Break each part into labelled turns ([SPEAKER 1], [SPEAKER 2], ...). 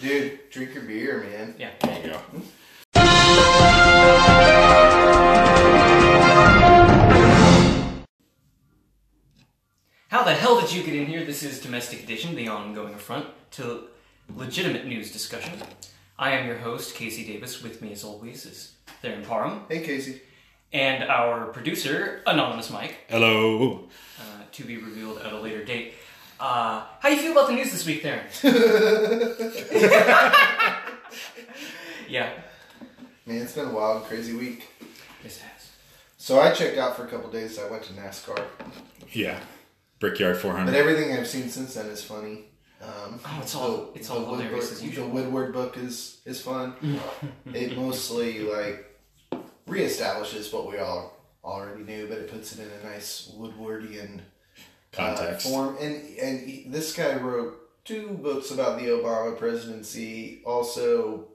[SPEAKER 1] Dude, drink your beer, man.
[SPEAKER 2] yeah.
[SPEAKER 3] There you go.
[SPEAKER 2] How the hell did you get in here? This is Domestic Edition, the ongoing affront to legitimate news discussion. I am your host, Casey Davis. With me, as always, is Theron Parham
[SPEAKER 1] Hey, Casey.
[SPEAKER 2] and our producer, Anonymous Mike,
[SPEAKER 3] Hello.
[SPEAKER 2] uh, to be revealed at a later date. Uh, how you feel about the news this week, Theron? yeah,
[SPEAKER 1] Man, it's been a wild, and crazy week.
[SPEAKER 2] this has.
[SPEAKER 1] So I checked out for a couple days. I went to NASCAR,
[SPEAKER 3] Yeah. Brickyard 400.
[SPEAKER 1] but everything I've seen since then is funny. Um,
[SPEAKER 2] Oh, it's all- it's all hilarious
[SPEAKER 1] Woodward,
[SPEAKER 2] as
[SPEAKER 1] the
[SPEAKER 2] usual.
[SPEAKER 1] Woodward book is is fun. it mostly like reestablishes what we all already knew, but it puts it in a nice Woodwardian uh,
[SPEAKER 3] Context.
[SPEAKER 1] form. And and he- this guy wrote two books about the Obama presidency, also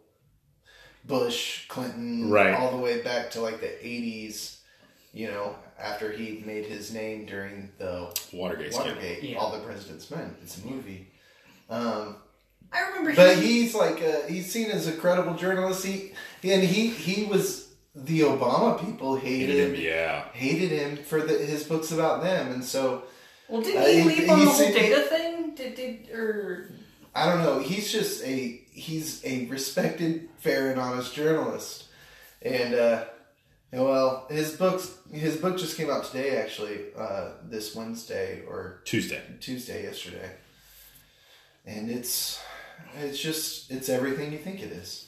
[SPEAKER 1] Bush, Clinton,
[SPEAKER 3] Right.
[SPEAKER 1] all the way back to like the '80s. You know, after he made his name during the
[SPEAKER 3] Watergate. scandal.
[SPEAKER 1] Watergate,
[SPEAKER 2] Yeah.
[SPEAKER 1] All the President's Men. It's a movie. Um,
[SPEAKER 2] I remember
[SPEAKER 1] but he's like a, he's seen as a credible journalist. He and he he was the Obama people
[SPEAKER 3] Hated him,
[SPEAKER 1] hated
[SPEAKER 3] Yeah.
[SPEAKER 1] hated him for the, his books about them, and so
[SPEAKER 2] Well, didn't
[SPEAKER 1] Uh,
[SPEAKER 2] he
[SPEAKER 1] he-
[SPEAKER 2] leap on the
[SPEAKER 1] he
[SPEAKER 2] whole
[SPEAKER 1] said-
[SPEAKER 2] data thing? Did did or
[SPEAKER 1] I don't know. He's just a he's a respected, fair, and honest journalist, and uh, and, well, his books his book just came out today, actually, uh, this Wednesday or
[SPEAKER 3] Tuesday.
[SPEAKER 1] Tuesday yesterday, and it's it's just it's everything you think it is.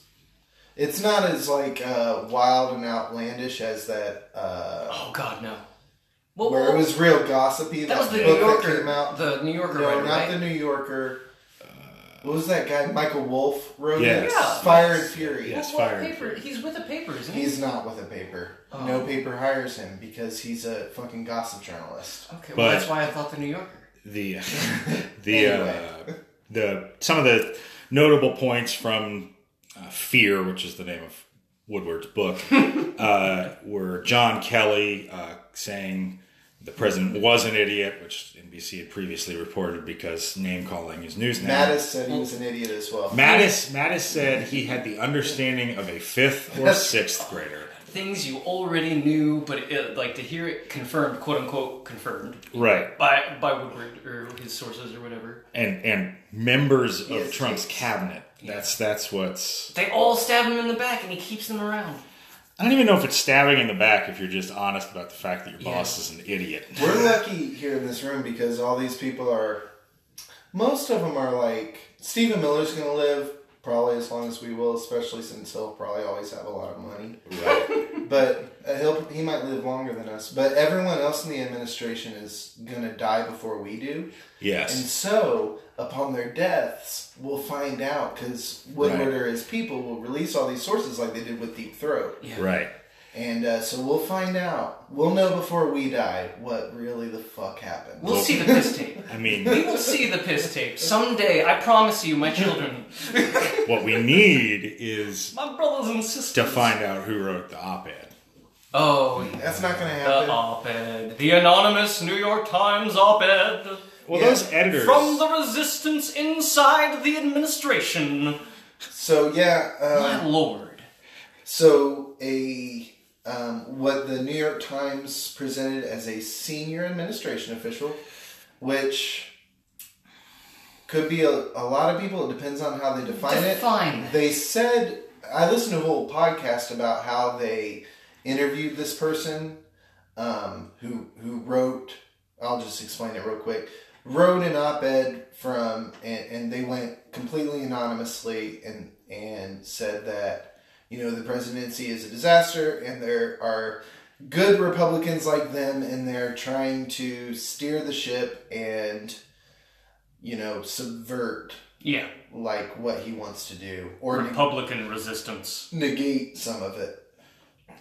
[SPEAKER 1] It's not as like uh, wild and outlandish as that uh,
[SPEAKER 2] oh god no. Well,
[SPEAKER 1] where it was real gossipy.
[SPEAKER 2] Oh. that was the New
[SPEAKER 1] book
[SPEAKER 2] Yorker.
[SPEAKER 1] that came out.
[SPEAKER 2] The New Yorker,
[SPEAKER 1] no,
[SPEAKER 2] writer,
[SPEAKER 1] not
[SPEAKER 2] right?
[SPEAKER 1] the New Yorker. What was that guy? Michael Wolf wrote
[SPEAKER 3] Yes.
[SPEAKER 1] it.
[SPEAKER 2] Yeah.
[SPEAKER 1] Fire and Fury.
[SPEAKER 3] Yes,
[SPEAKER 2] well,
[SPEAKER 3] fire.
[SPEAKER 2] paper. He's with the paper, isn't he?
[SPEAKER 1] He's not with a paper. No paper hires him because he's a fucking gossip journalist.
[SPEAKER 2] Okay, well
[SPEAKER 3] But-
[SPEAKER 2] that's why I thought the New Yorker.
[SPEAKER 3] The the uh, the some of the notable points from uh, Fear, which is the name of Woodward's book, uh, were John Kelly uh, saying the president was an idiot, which NBC had previously reported because name calling is news now.
[SPEAKER 1] Mattis said he was an idiot as well.
[SPEAKER 3] Mattis, Mattis said he had the understanding of a fifth or sixth grader.
[SPEAKER 2] Things you already knew, but it, like to hear it confirmed, quote unquote confirmed
[SPEAKER 3] Right.
[SPEAKER 2] by by Woodward or his sources or whatever.
[SPEAKER 3] And and members of
[SPEAKER 1] Yes,
[SPEAKER 3] Trump's
[SPEAKER 1] yes.
[SPEAKER 3] cabinet. That's that's what's
[SPEAKER 2] They all stab him in the back, and he keeps them around.
[SPEAKER 3] I don't even know if it's stabbing in the back if you're just honest about the fact that your boss is an idiot.
[SPEAKER 1] We're lucky here in this room because all these people are. Most of them are like Stephen Miller's going to live probably as long as we will, especially since he'll probably always have a lot of money.
[SPEAKER 3] Right.
[SPEAKER 1] But uh, he'll he might live longer than us. But everyone else in the administration is going to die before we do, and
[SPEAKER 3] Yes.
[SPEAKER 1] so upon their deaths, we'll find out because Woodward
[SPEAKER 3] Right.
[SPEAKER 1] or his people will release all these sources like they did with Deep Throat.
[SPEAKER 2] Yeah.
[SPEAKER 3] Right.
[SPEAKER 1] And uh, so we'll find out. We'll know before we die what really the fuck happened.
[SPEAKER 2] We'll see the piss tape.
[SPEAKER 3] I mean,
[SPEAKER 2] We will see the piss tape someday. I promise you, my children,
[SPEAKER 3] what we need is
[SPEAKER 2] my brothers and sisters.
[SPEAKER 3] to find out who wrote the op-ed.
[SPEAKER 2] Oh, yeah.
[SPEAKER 1] That's not going to happen.
[SPEAKER 2] The op-ed, the anonymous New York Times op-ed
[SPEAKER 3] Well,
[SPEAKER 1] Yeah.
[SPEAKER 3] those editors.
[SPEAKER 2] from the resistance inside the administration.
[SPEAKER 1] So yeah, um,
[SPEAKER 2] My lord.
[SPEAKER 1] so a um, what the New York Times presented as a senior administration official, which could be a, a lot of people. It depends on how they define it.
[SPEAKER 2] Define that.
[SPEAKER 1] They said I listened to a whole podcast about how they interviewed this person um, who who wrote. I'll just explain it real quick. Wrote an op-ed from, and, and they went completely anonymously and and said that you know the presidency is a disaster, and there are good Republicans like them, and they're trying to steer the ship and you know subvert
[SPEAKER 2] Yeah.
[SPEAKER 1] like what he wants to do or neg-
[SPEAKER 2] Republican resistance.
[SPEAKER 1] negate some of it.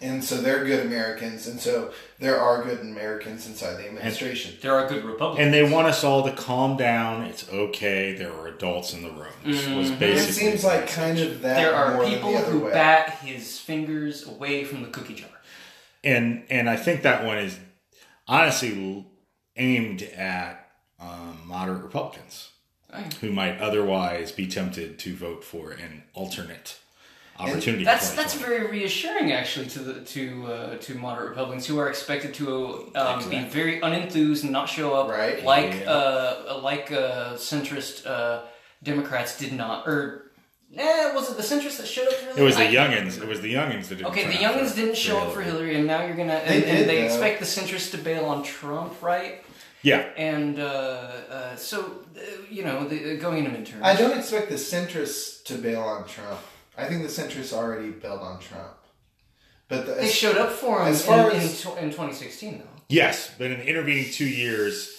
[SPEAKER 1] And so they're good Americans, and so there are good Americans inside the administration.
[SPEAKER 2] There are good Republicans.
[SPEAKER 3] And they want us all to calm down. It's okay. There are adults in the room. Was
[SPEAKER 2] Mhm.
[SPEAKER 3] basically
[SPEAKER 1] Mm-hmm. it seems like kind of that.
[SPEAKER 2] there
[SPEAKER 1] more
[SPEAKER 2] are
[SPEAKER 1] than
[SPEAKER 2] people
[SPEAKER 1] the other
[SPEAKER 2] who
[SPEAKER 1] way.
[SPEAKER 2] bat his fingers away from the cookie jar.
[SPEAKER 3] and and I think that one is honestly aimed at um, moderate Republicans. who might otherwise be tempted to vote for an alternate opportunity.
[SPEAKER 2] That's
[SPEAKER 3] for
[SPEAKER 2] that's
[SPEAKER 3] himself.
[SPEAKER 2] very reassuring, actually, to the to uh, to moderate Republicans who are expected to um, be very unenthused and not show up,
[SPEAKER 1] Right.
[SPEAKER 2] Like
[SPEAKER 3] Yeah.
[SPEAKER 2] uh, like uh, centrist uh, Democrats did not, or eh, was it the centrists that showed up? For Hillary?
[SPEAKER 3] it was the
[SPEAKER 2] I-
[SPEAKER 3] youngins. It was the youngins that didn't.
[SPEAKER 2] Okay,
[SPEAKER 3] turn
[SPEAKER 2] the
[SPEAKER 3] out
[SPEAKER 2] youngins didn't show up for Hillary, and now you're gonna and,
[SPEAKER 1] They
[SPEAKER 2] and
[SPEAKER 1] did,
[SPEAKER 2] they
[SPEAKER 1] though.
[SPEAKER 2] expect the centrists to bail on Trump, right?
[SPEAKER 3] Yeah,
[SPEAKER 2] And uh, uh, so uh, you know, the, going into midterms.
[SPEAKER 1] I don't expect the centrists to bail on Trump. I think the centrists already bailed on Trump. But the,
[SPEAKER 2] They showed up for him
[SPEAKER 1] As far
[SPEAKER 2] in,
[SPEAKER 1] as-
[SPEAKER 2] in, tw- in 2016, though.
[SPEAKER 3] yes, but in the intervening two years,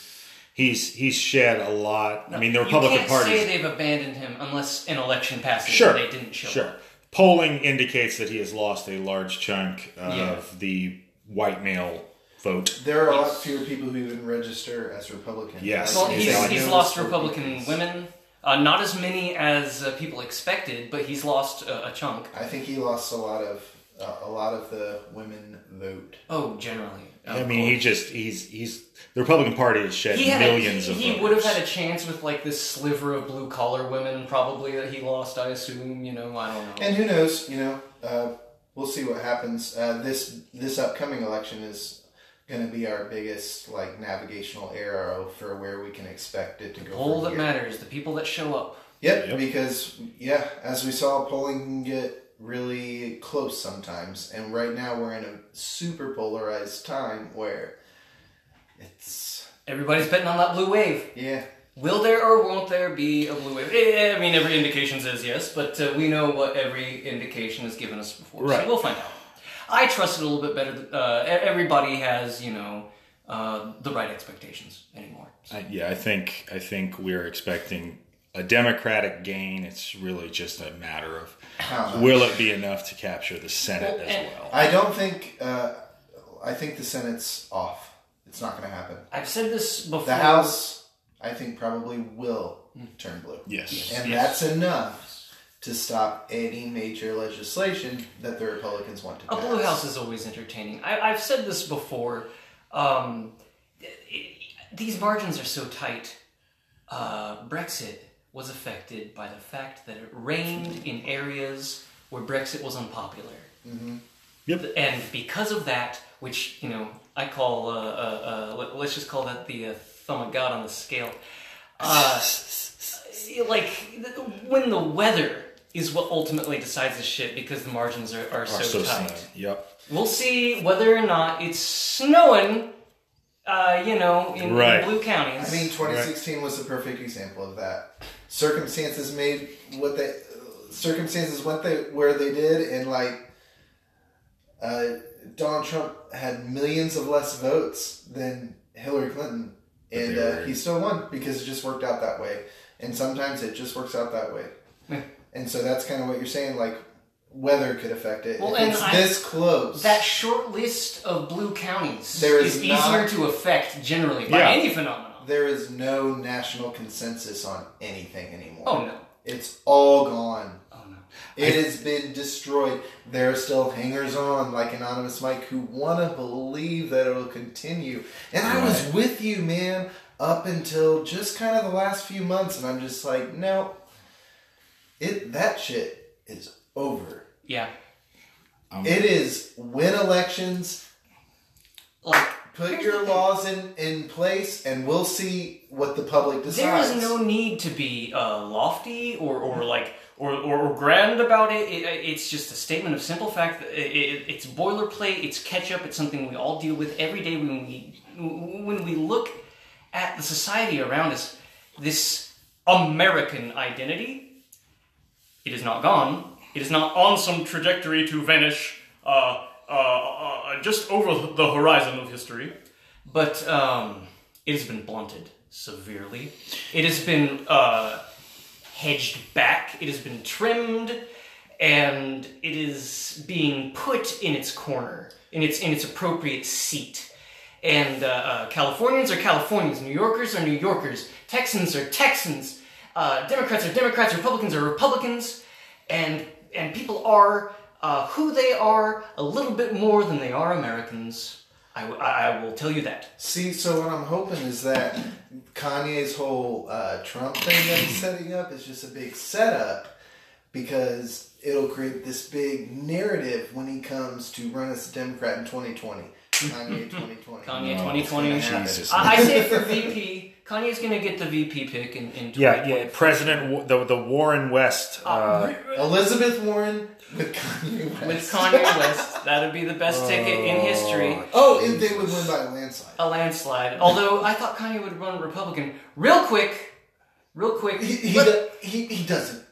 [SPEAKER 3] he's he's shed a lot. I mean, the
[SPEAKER 2] you
[SPEAKER 3] Republican
[SPEAKER 2] can't
[SPEAKER 3] Party.
[SPEAKER 2] say they've abandoned him unless an election passes
[SPEAKER 3] Sure.
[SPEAKER 2] and they didn't show
[SPEAKER 3] Sure.
[SPEAKER 2] up.
[SPEAKER 3] Polling indicates that he has lost a large chunk of
[SPEAKER 2] Yeah.
[SPEAKER 3] the white male vote.
[SPEAKER 1] there are a lot fewer people who even register as Republicans.
[SPEAKER 3] Yes.
[SPEAKER 2] Well,
[SPEAKER 1] I
[SPEAKER 3] He's
[SPEAKER 2] he's,
[SPEAKER 1] know
[SPEAKER 3] not-
[SPEAKER 2] he's,
[SPEAKER 1] it's
[SPEAKER 2] lost
[SPEAKER 1] for
[SPEAKER 2] Republican
[SPEAKER 1] Republicans.
[SPEAKER 2] women. Uh, not as many as uh, people expected, but he's lost uh, a chunk.
[SPEAKER 1] I think he lost a lot of uh, a lot of the women vote.
[SPEAKER 2] Oh, generally. Of
[SPEAKER 3] I mean, he
[SPEAKER 2] course.
[SPEAKER 3] just he's he's the Republican Party has shed
[SPEAKER 2] He had
[SPEAKER 3] millions
[SPEAKER 2] a,
[SPEAKER 3] of.
[SPEAKER 2] he, he
[SPEAKER 3] voters.
[SPEAKER 2] would have had a chance with like this sliver of blue collar women, probably that he lost. I assume, you know, I don't know.
[SPEAKER 1] And who knows? You know, uh, we'll see what happens. Uh, this this upcoming election is going to be our biggest like navigational arrow for where we can expect it to go.
[SPEAKER 2] All
[SPEAKER 1] from
[SPEAKER 2] that
[SPEAKER 1] here.
[SPEAKER 2] matters, the people that show up.
[SPEAKER 1] Yep,
[SPEAKER 3] Yep.
[SPEAKER 1] because yeah, as we saw, polling can get really close sometimes, and right now we're in a super polarized time where it's
[SPEAKER 2] Everybody's betting on that blue wave.
[SPEAKER 1] yeah.
[SPEAKER 2] Will there or won't there be a blue wave? Eh, I mean, every indication says yes, but uh, we know what every indication has given us before,
[SPEAKER 3] Right.
[SPEAKER 2] so we'll find out. I trust it a little bit better. th- Uh, e- everybody has, you know, uh, the right expectations anymore.
[SPEAKER 3] I, yeah, I think I think we're expecting a Democratic gain. It's really just a matter of will it be enough to capture the Senate
[SPEAKER 2] Well,
[SPEAKER 3] as
[SPEAKER 2] and-
[SPEAKER 3] well.
[SPEAKER 1] I don't think. Uh, I think the Senate's off. It's not going to happen.
[SPEAKER 2] I've said this before. Hmm.
[SPEAKER 1] The House, I think, probably will turn blue.
[SPEAKER 3] Yes.
[SPEAKER 1] And
[SPEAKER 2] Yes.
[SPEAKER 1] that's enough to stop any major legislation that the Republicans want to
[SPEAKER 2] A
[SPEAKER 1] pass.
[SPEAKER 2] blue house is always entertaining. I, I've said this before. Um, it- these margins are so tight. Uh, Brexit was affected by the fact that it rained in areas where Brexit was unpopular.
[SPEAKER 1] Mm-hmm.
[SPEAKER 3] Yep.
[SPEAKER 2] And because of that, which you know, I call uh, uh, uh, let- let's just call that the uh, thumb of God on the scale. Uh, like th- when the weather is what ultimately decides the shit because the margins are, are,
[SPEAKER 3] Are
[SPEAKER 2] so tight.
[SPEAKER 3] slim. Yep.
[SPEAKER 2] We'll see whether or not it's snowing, uh, you know, in, in
[SPEAKER 3] Right.
[SPEAKER 2] blue counties.
[SPEAKER 1] I mean, 2016 was the perfect example of that. Circumstances made what they uh, circumstances went they where they did, and like uh, Donald Trump had millions of less votes than Hillary Clinton, and
[SPEAKER 3] they
[SPEAKER 1] uh,
[SPEAKER 3] were-
[SPEAKER 1] he still won because it just worked out that way. And sometimes it just works out that way.
[SPEAKER 2] Yeah.
[SPEAKER 1] and so that's kind of what you're saying, like weather could affect it.
[SPEAKER 2] Well,
[SPEAKER 1] if
[SPEAKER 2] and
[SPEAKER 1] it's
[SPEAKER 2] I-
[SPEAKER 1] this close.
[SPEAKER 2] that short list of blue counties
[SPEAKER 1] There
[SPEAKER 2] is,
[SPEAKER 1] is
[SPEAKER 2] easier
[SPEAKER 1] not-
[SPEAKER 2] to affect generally by
[SPEAKER 3] Yeah.
[SPEAKER 2] any phenomenon.
[SPEAKER 1] there is no national consensus on anything anymore.
[SPEAKER 2] Oh no!
[SPEAKER 1] It's all gone.
[SPEAKER 2] Oh no!
[SPEAKER 1] It has been destroyed. There are still hangers on like Anonymous Mike who want to believe that it'll continue. And I was with you, man, up until just kind of the last few months, and I'm just like, no, it that shit is over.
[SPEAKER 2] Yeah,
[SPEAKER 1] It is win elections,
[SPEAKER 2] like
[SPEAKER 1] put
[SPEAKER 2] here's
[SPEAKER 1] your
[SPEAKER 2] the thing.
[SPEAKER 1] laws in, in place, and we'll see what the public
[SPEAKER 2] There
[SPEAKER 1] decides.
[SPEAKER 2] is no need to be uh, lofty or, or like or, or grand about it. It- It's just a statement of simple fact. That it, it, it's boilerplate. It's catch up. It's something we all deal with every day when we when we look at the society around us. This American identity, it is not gone. It is not on some trajectory to vanish. Uh, uh, uh, just over the horizon of history but um, it has been blunted severely. It has been uh, hedged back. It has been trimmed, and it is being put in its corner, in its in its appropriate seat. And uh, uh, Californians are Californians. New Yorkers are New Yorkers. Texans are Texans. Uh, Democrats are Democrats. Republicans are Republicans. And and people are uh, who they are a little bit more than they are Americans. I, w- I I will tell you that.
[SPEAKER 1] See, so what I'm hoping is that Kanye's whole uh, Trump thing that he's setting up is just a big setup because it'll create this big narrative when he comes to run as a Democrat in 2020. Kanye 2020.
[SPEAKER 2] Kanye
[SPEAKER 3] No,
[SPEAKER 2] 2020.
[SPEAKER 1] it's gonna
[SPEAKER 3] Jesus.
[SPEAKER 2] I, I say for VP, Kanye's going to get the VP pick in, in 2020.
[SPEAKER 3] Yeah, yeah. President Wa- the the Warren West. Uh,
[SPEAKER 1] Elizabeth Warren with Kanye West.
[SPEAKER 2] With Kanye West, that'd be the best ticket in history.
[SPEAKER 1] Oh, and they would win by a landslide.
[SPEAKER 2] A landslide. Although I thought Kanye would run Republican. Real quick, real quick.
[SPEAKER 1] He, he,
[SPEAKER 2] let-
[SPEAKER 1] do- he, he doesn't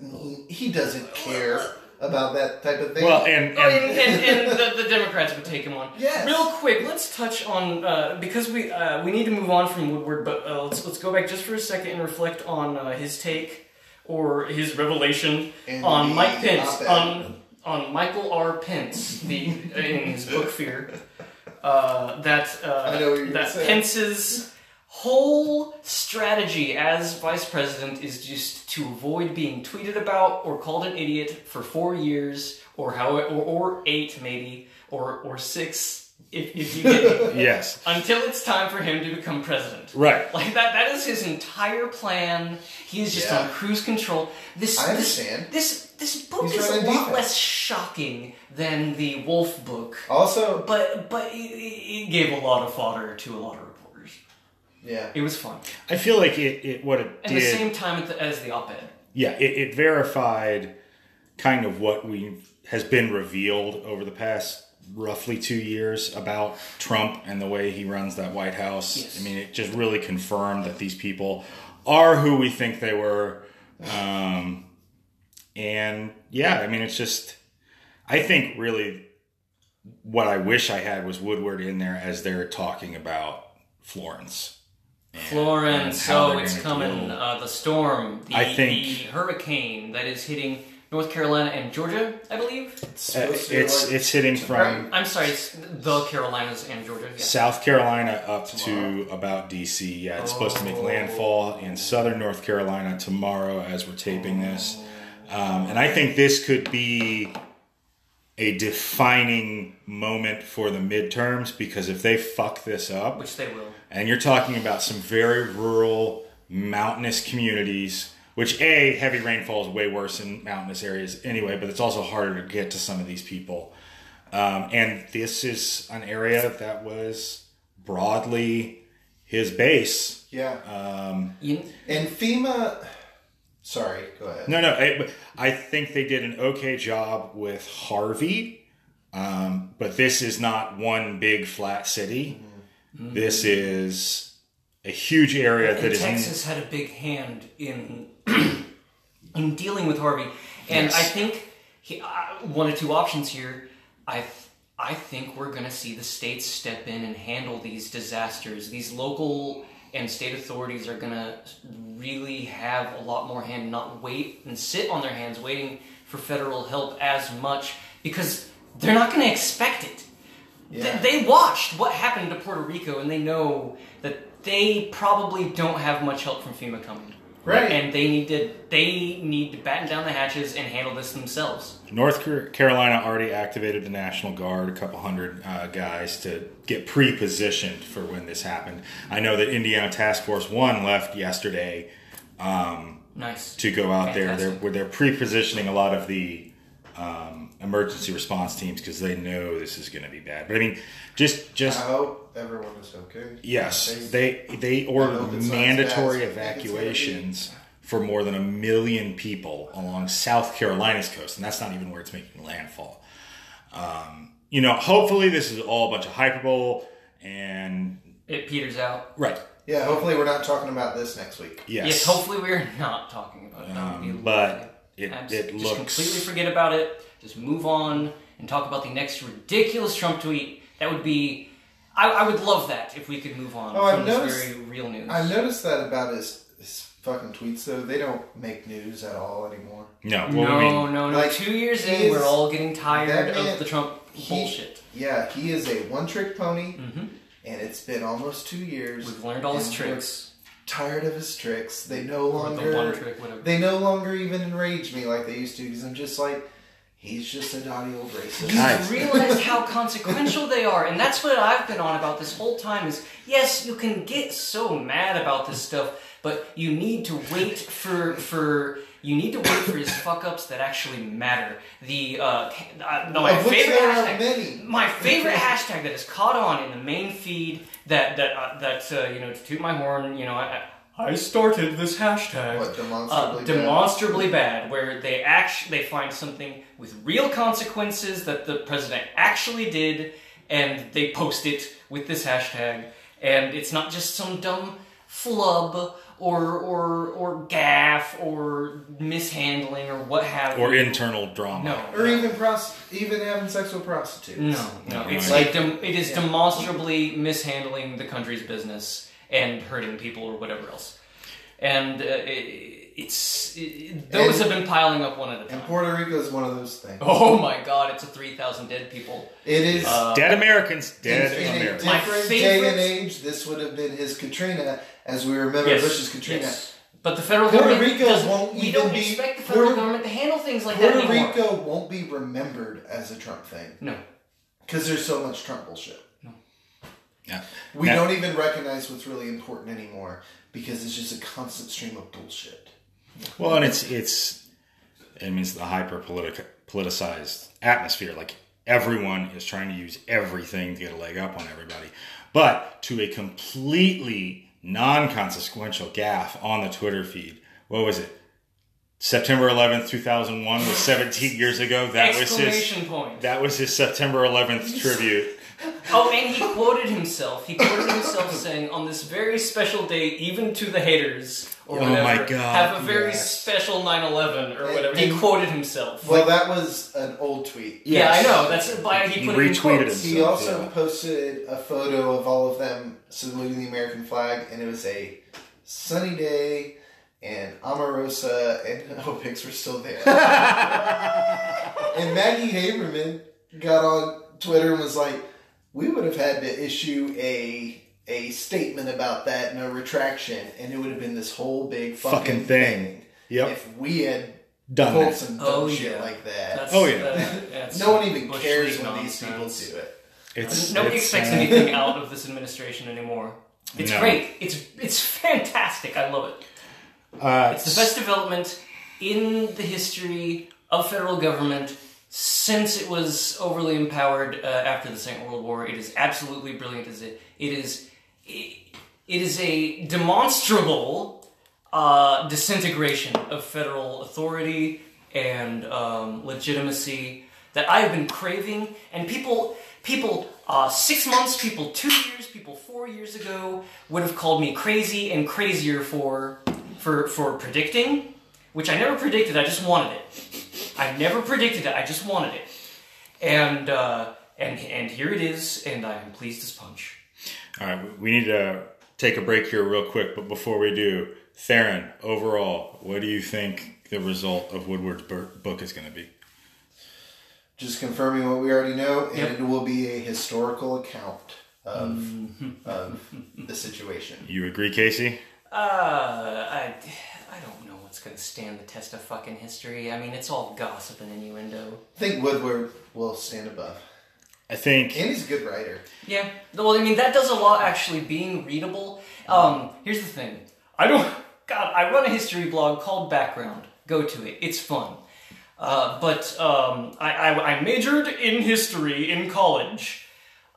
[SPEAKER 1] he doesn't care about that type of thing.
[SPEAKER 3] well, and,
[SPEAKER 2] Oh, and,
[SPEAKER 3] and
[SPEAKER 2] and, and the, the Democrats would take him on.
[SPEAKER 1] Yes.
[SPEAKER 2] Real quick, let's touch on uh, because we uh, we need to move on from Woodward, but uh, let's let's go back just for a second and reflect on uh, his take or his revelation
[SPEAKER 1] And
[SPEAKER 2] on
[SPEAKER 1] the
[SPEAKER 2] Mike Pence
[SPEAKER 1] op-ed.
[SPEAKER 2] on on Michael R. Pence, the in his book Fear, uh, that uh,
[SPEAKER 1] I know what you're gonna
[SPEAKER 2] that
[SPEAKER 1] say.
[SPEAKER 2] Pence's whole strategy as vice president is just to avoid being tweeted about or called an idiot for four years or how or, or eight maybe or or six if, if you get me,
[SPEAKER 3] yes,
[SPEAKER 2] until it's time for him to become president
[SPEAKER 3] right.
[SPEAKER 2] like that that is his entire plan he is just
[SPEAKER 1] Yeah.
[SPEAKER 2] on cruise control this
[SPEAKER 1] I
[SPEAKER 2] this-
[SPEAKER 1] understand.
[SPEAKER 2] this this book
[SPEAKER 1] He's
[SPEAKER 2] is a lot
[SPEAKER 1] running defense.
[SPEAKER 2] less shocking than the wolf book
[SPEAKER 1] also,
[SPEAKER 2] but but it, it it gave a lot of fodder to a lot of reporters
[SPEAKER 1] yeah,
[SPEAKER 2] it was fun
[SPEAKER 3] I feel like it, it what it
[SPEAKER 2] and
[SPEAKER 3] did.
[SPEAKER 2] the same time at the, as the op-ed
[SPEAKER 3] yeah, it, it verified kind of what we has been revealed over the past roughly two years about Trump and the way he runs that White House.
[SPEAKER 2] Yes.
[SPEAKER 3] I mean, it just really confirmed that these people are who we think they were. Um, and yeah, I mean, it's just, I think really what I wish I had was Woodward in there as they're talking about Florence. And- and
[SPEAKER 2] Florence,
[SPEAKER 3] how
[SPEAKER 2] oh,
[SPEAKER 3] they're
[SPEAKER 2] it's
[SPEAKER 3] gonna
[SPEAKER 2] coming.
[SPEAKER 3] deal.
[SPEAKER 2] Uh, the storm, the,
[SPEAKER 3] I think-
[SPEAKER 2] the hurricane that is hitting North Carolina and Georgia, I believe.
[SPEAKER 1] it's
[SPEAKER 3] Uh,
[SPEAKER 1] supposed to be
[SPEAKER 3] it's
[SPEAKER 1] like-
[SPEAKER 3] it's hitting from
[SPEAKER 2] I'm sorry, it's the Carolinas and Georgia. Yeah.
[SPEAKER 3] South Carolina up to about DC. Yeah, it's supposed to make landfall in southern North Carolina tomorrow as we're taping this. Um, and I think this could be a defining moment for the midterms because if they fuck this up,
[SPEAKER 2] Which they will.
[SPEAKER 3] and you're talking about some very rural, mountainous communities, which A, heavy rainfall is way worse in mountainous areas anyway, but it's also harder to get to some of these people. Um, and this is an area that was broadly his base.
[SPEAKER 1] yeah.
[SPEAKER 2] You,
[SPEAKER 1] and FEMA, sorry, go ahead.
[SPEAKER 3] No, no, I, I think they did an okay job with Harvey, um, but this is not one big flat city. This is a huge area that
[SPEAKER 2] and
[SPEAKER 3] is
[SPEAKER 2] Texas had a big hand in in dealing with Harvey, and I think he, uh, one or two options here. I I think we're going to see the states step in and handle these disasters. These local and state authorities are going to really have a lot more hand, not wait and sit on their hands waiting for federal help as much because they're not going to expect it.
[SPEAKER 1] Yeah.
[SPEAKER 2] They, they watched what happened to Puerto Rico and they know that they probably don't have much help from FEMA coming.
[SPEAKER 1] Right.
[SPEAKER 2] And they need to they need to batten down the hatches and handle this themselves.
[SPEAKER 3] North Car- Carolina already activated the National Guard, a couple hundred uh, guys to get pre positioned for when this happened. I know that Indiana Task Force 1 left yesterday
[SPEAKER 2] Nice.
[SPEAKER 3] to go out there.
[SPEAKER 2] Fantastic.
[SPEAKER 3] They're, where they're pre positioning a lot of the um, emergency response teams because they know this is going to be bad. But I mean, just,
[SPEAKER 1] I
[SPEAKER 3] just
[SPEAKER 1] hope everyone is okay.
[SPEAKER 3] Yes,
[SPEAKER 1] They-
[SPEAKER 3] they they
[SPEAKER 1] hope
[SPEAKER 3] ordered
[SPEAKER 1] it's not
[SPEAKER 3] mandatory
[SPEAKER 1] as bad as we think it's gonna be.
[SPEAKER 3] evacuations for more than a million people along South Carolina's coast, and that's not even where it's making landfall. Um, you know, hopefully this is all a bunch of hyperbole, and
[SPEAKER 2] It peters out.
[SPEAKER 3] right,
[SPEAKER 1] Yeah, hopefully we're not talking about this next week.
[SPEAKER 3] yes,
[SPEAKER 2] Yes, hopefully we're not talking about it. That would be
[SPEAKER 3] Um,
[SPEAKER 2] lovely.
[SPEAKER 3] but it
[SPEAKER 2] Abs-
[SPEAKER 3] it
[SPEAKER 2] just
[SPEAKER 3] looks
[SPEAKER 2] completely forget about it. Just move on and talk about the next ridiculous Trump tweet. That would be I, I would love that if we could move on
[SPEAKER 1] Oh, I've
[SPEAKER 2] from this
[SPEAKER 1] noticed-
[SPEAKER 2] very real news.
[SPEAKER 1] I've noticed that about his his fucking tweets though. They don't make news at all anymore.
[SPEAKER 3] no.
[SPEAKER 2] no,
[SPEAKER 3] Well, I mean,
[SPEAKER 2] no, no.
[SPEAKER 1] like,
[SPEAKER 2] Two years
[SPEAKER 1] he
[SPEAKER 2] in,
[SPEAKER 1] is-
[SPEAKER 2] we're all getting tired
[SPEAKER 1] that man-
[SPEAKER 2] of the Trump
[SPEAKER 1] he-
[SPEAKER 2] bullshit.
[SPEAKER 1] Yeah, he is a one trick pony,
[SPEAKER 2] Mhm.
[SPEAKER 1] and it's been almost two years.
[SPEAKER 2] We've learned all his
[SPEAKER 1] and we're
[SPEAKER 2] tricks.
[SPEAKER 1] Tired of his tricks. They no
[SPEAKER 2] Or
[SPEAKER 1] longer
[SPEAKER 2] the one trick, whatever.
[SPEAKER 1] they no longer even enrage me like they used to because I'm just like, He's just a naughty old racist.
[SPEAKER 2] You
[SPEAKER 3] Nice.
[SPEAKER 2] realize how consequential they are, and that's what I've been on about this whole time. Is yes, you can get so mad about this stuff, but you need to wait for for you need to wait for his fuck ups that actually matter. The uh, ca- uh no, my
[SPEAKER 1] Of which
[SPEAKER 2] favorite
[SPEAKER 1] there are
[SPEAKER 2] hashtag,
[SPEAKER 1] many.
[SPEAKER 2] my favorite hashtag that is caught on in the main feed that that uh, that's uh, you know to toot my horn, you know. I, I started this hashtag.
[SPEAKER 1] What,
[SPEAKER 2] Uh,
[SPEAKER 1] demonstrably bad?
[SPEAKER 2] demonstrably bad, where they act they find something with real consequences that the president actually did, and they post it with this hashtag, and it's not just some dumb flub or or or gaff or mishandling or what have
[SPEAKER 3] or
[SPEAKER 2] you.
[SPEAKER 3] internal drama.
[SPEAKER 2] no.
[SPEAKER 1] or even pros- even having sex with prostitutes.
[SPEAKER 2] No, no, it's
[SPEAKER 1] Like-
[SPEAKER 2] like dem- it is demonstrably mishandling the country's business and hurting people or whatever else. And uh, it, it's it,
[SPEAKER 1] And-
[SPEAKER 2] those have been piling up one at a
[SPEAKER 1] And
[SPEAKER 2] time.
[SPEAKER 1] Puerto Rico is one of those things.
[SPEAKER 2] Oh my God! It's a three thousand dead people.
[SPEAKER 1] It is.
[SPEAKER 3] Dead
[SPEAKER 2] Uh,
[SPEAKER 3] Americans, dead
[SPEAKER 1] in, in a
[SPEAKER 3] Americans.
[SPEAKER 2] My
[SPEAKER 1] different day
[SPEAKER 2] favorite-
[SPEAKER 1] and age, this would have been his Katrina, as we remember Bush's Katrina.
[SPEAKER 2] yes. But the federal
[SPEAKER 1] Puerto
[SPEAKER 2] government
[SPEAKER 1] Rico
[SPEAKER 2] doesn't-
[SPEAKER 1] won't
[SPEAKER 2] we
[SPEAKER 1] even
[SPEAKER 2] don't
[SPEAKER 1] be-
[SPEAKER 2] expect the federal
[SPEAKER 1] Puerto-
[SPEAKER 2] government to handle things like that
[SPEAKER 1] Puerto
[SPEAKER 2] anymore.
[SPEAKER 1] Rico won't be remembered as a Trump thing
[SPEAKER 2] No,
[SPEAKER 1] because there's so much Trump bullshit.
[SPEAKER 3] Yeah.
[SPEAKER 1] We
[SPEAKER 3] Now-
[SPEAKER 1] don't even recognize what's really important anymore because it's just a constant stream of bullshit.
[SPEAKER 3] Well, and it's it's it means the hyper politicized atmosphere. Like everyone is trying to use everything to get a leg up on everybody, but to a completely non consequential gaff on the Twitter feed. What was it? September 11th, 2001 was 17 years ago. That was his
[SPEAKER 2] exclamation point.
[SPEAKER 3] that was his September 11th tribute.
[SPEAKER 2] Oh, and he quoted himself. He quoted himself saying, "On this very special day, even to the haters, or
[SPEAKER 3] Oh my
[SPEAKER 2] whatever,
[SPEAKER 3] God,
[SPEAKER 2] have a very
[SPEAKER 3] yes.
[SPEAKER 2] special 9/11 or whatever." He
[SPEAKER 1] and-
[SPEAKER 2] quoted himself.
[SPEAKER 1] Well, that was an old tweet.
[SPEAKER 2] yeah, I
[SPEAKER 3] yes.
[SPEAKER 2] know. That's why he
[SPEAKER 3] He
[SPEAKER 2] put it in
[SPEAKER 3] retweeted
[SPEAKER 2] quotes.
[SPEAKER 3] him.
[SPEAKER 1] He
[SPEAKER 3] So,
[SPEAKER 1] also
[SPEAKER 3] yeah.
[SPEAKER 1] posted a photo of all of them saluting the American flag, and it was a sunny day, and Omarosa and the Olympics were still there. and Maggie Haberman got on Twitter and was like, "We would have had to issue a." A statement about that and a retraction, and it would have been this whole big fucking,
[SPEAKER 3] Fucking thing. Yep.
[SPEAKER 1] If we had
[SPEAKER 3] Done
[SPEAKER 1] pulled
[SPEAKER 3] that.
[SPEAKER 1] some dumb
[SPEAKER 2] Oh,
[SPEAKER 1] shit
[SPEAKER 2] yeah.
[SPEAKER 1] like that,
[SPEAKER 2] That's,
[SPEAKER 3] Oh, yeah.
[SPEAKER 2] uh, that's
[SPEAKER 1] no one even
[SPEAKER 2] Bush
[SPEAKER 1] cares
[SPEAKER 2] League
[SPEAKER 1] when these people
[SPEAKER 2] nonsense.
[SPEAKER 1] do it.
[SPEAKER 3] It's,
[SPEAKER 2] Nobody
[SPEAKER 3] it's,
[SPEAKER 2] expects
[SPEAKER 3] uh,
[SPEAKER 2] anything out of this administration anymore. It's
[SPEAKER 3] No.
[SPEAKER 2] great. It's it's fantastic. I love it.
[SPEAKER 3] uh,
[SPEAKER 2] It's the best development in the history of federal government since it was overly empowered uh, after the Second World War. It is absolutely brilliant. Is it? It is. It, it is a demonstrable uh, disintegration of federal authority and um, legitimacy that I have been craving, and people, people, uh, six months, people, two years, people, four years ago would have called me crazy and crazier for, for, for predicting, which I never predicted. I just wanted it. I never predicted it. I just wanted it, and uh, and and here it is, and I am pleased as punch.
[SPEAKER 3] All right, we need to take a break here real quick, but before we do, Theron, overall, what do you think the result of Woodward's bur- book is going to be?
[SPEAKER 1] just confirming what we already know, and it will be a historical account of of the situation.
[SPEAKER 3] You agree, Casey?
[SPEAKER 2] Uh, I, I don't know what's gonna stand the test of fucking history. I mean, it's all gossip and innuendo.
[SPEAKER 1] I think Woodward will stand above,
[SPEAKER 3] I think
[SPEAKER 1] and he's a good writer.
[SPEAKER 2] Yeah. Well, I mean, that does a lot actually being readable. Um, here's the thing. I don't. God, I run a history blog called Background. Go to it. It's fun. Uh, but um, I, I, I majored in history in college.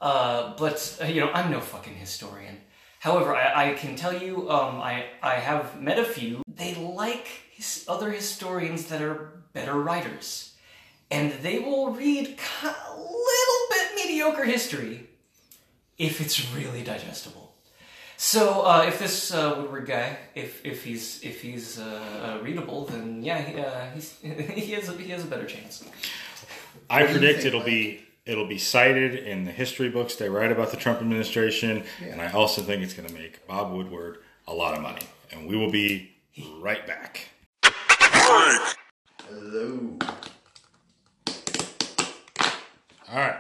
[SPEAKER 2] Uh, but uh, you know, I'm no fucking historian. However, I, I can tell you, um, I I have met a few. They like his, other historians that are better writers, and they will read a little bit mediocre history if it's really digestible. So uh, if this uh, Woodward guy, if if he's if he's uh, uh, readable, then yeah, he, uh, he's, he has a, he has a better chance.
[SPEAKER 3] I
[SPEAKER 1] do you
[SPEAKER 3] predict
[SPEAKER 1] think,
[SPEAKER 3] it'll be it'll be cited in the history books they write about the Trump administration, and I also think it's going to make Bob Woodward a lot of money, and we will be right back.
[SPEAKER 1] Hello,
[SPEAKER 3] All right,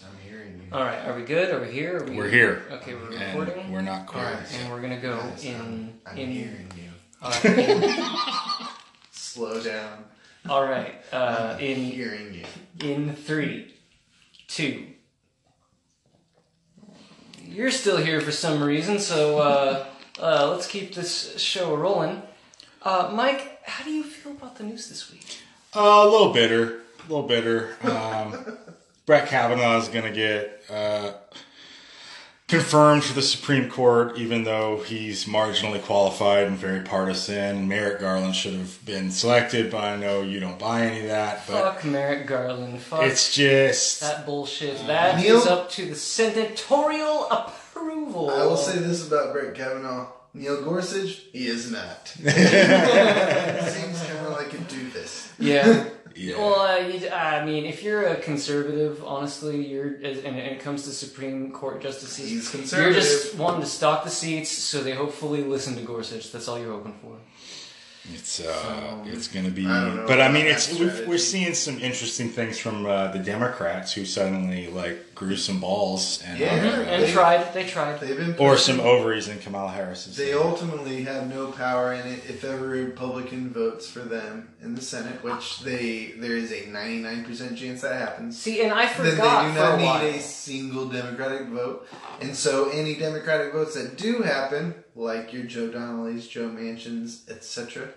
[SPEAKER 1] I'm hearing you.
[SPEAKER 2] All right, are we good? Are we here? Are we,
[SPEAKER 3] we're here.
[SPEAKER 2] Okay, we're recording.
[SPEAKER 3] and we're not
[SPEAKER 2] All
[SPEAKER 3] quite.
[SPEAKER 2] right, and we're gonna go in
[SPEAKER 1] I'm
[SPEAKER 2] in.
[SPEAKER 1] hearing you.
[SPEAKER 2] all right.
[SPEAKER 1] Slow down.
[SPEAKER 2] All right. Uh, in
[SPEAKER 1] hearing you.
[SPEAKER 2] in three, two. You're still here for some reason, so uh, uh, let's keep this show rolling. Uh, Mike, how do you feel about the news this week?
[SPEAKER 3] Uh, a little bitter, a little bitter. Um, Brett Kavanaugh is going to get uh, confirmed for the Supreme Court, even though he's marginally qualified and very partisan. Merrick Garland should have been selected, but I know you don't buy any of that. But
[SPEAKER 2] fuck Merrick Garland. Fuck
[SPEAKER 3] it's just
[SPEAKER 2] that bullshit. That is
[SPEAKER 1] Neil-
[SPEAKER 2] up to the senatorial approval.
[SPEAKER 1] I will say this about Brett Kavanaugh. Neil Gorsuch, he is not. Seems kind of like a do this.
[SPEAKER 2] Yeah.
[SPEAKER 3] yeah.
[SPEAKER 2] Well, uh, you, I mean, if you're a conservative, honestly, you're as- and, and it comes to Supreme Court justices,
[SPEAKER 1] He's
[SPEAKER 2] you're
[SPEAKER 1] conservative.
[SPEAKER 2] just wanting to stock the seats so they hopefully listen to Gorsuch. That's all you're hoping for.
[SPEAKER 3] It's uh, it's gonna be,
[SPEAKER 1] I don't know
[SPEAKER 3] but I mean,
[SPEAKER 1] about
[SPEAKER 3] it's
[SPEAKER 1] that
[SPEAKER 3] we've, we're
[SPEAKER 1] strategy.
[SPEAKER 3] seeing some interesting things from uh, the Democrats who suddenly like grew some balls and, uh,
[SPEAKER 1] Yeah.
[SPEAKER 2] And
[SPEAKER 1] They-
[SPEAKER 2] tried, they tried.
[SPEAKER 1] They've been
[SPEAKER 3] or some ovaries in Kamala Harris's.
[SPEAKER 1] They ultimately have no power in it if every Republican votes for them in the Senate, which they there is a ninety nine percent chance that happens.
[SPEAKER 2] See, and I
[SPEAKER 1] then they do
[SPEAKER 2] forgot for
[SPEAKER 1] not
[SPEAKER 2] a while.
[SPEAKER 1] need a single Democratic vote, and so any Democratic votes that do happen, like your Joe Donnellys, Joe Mansions, etc.,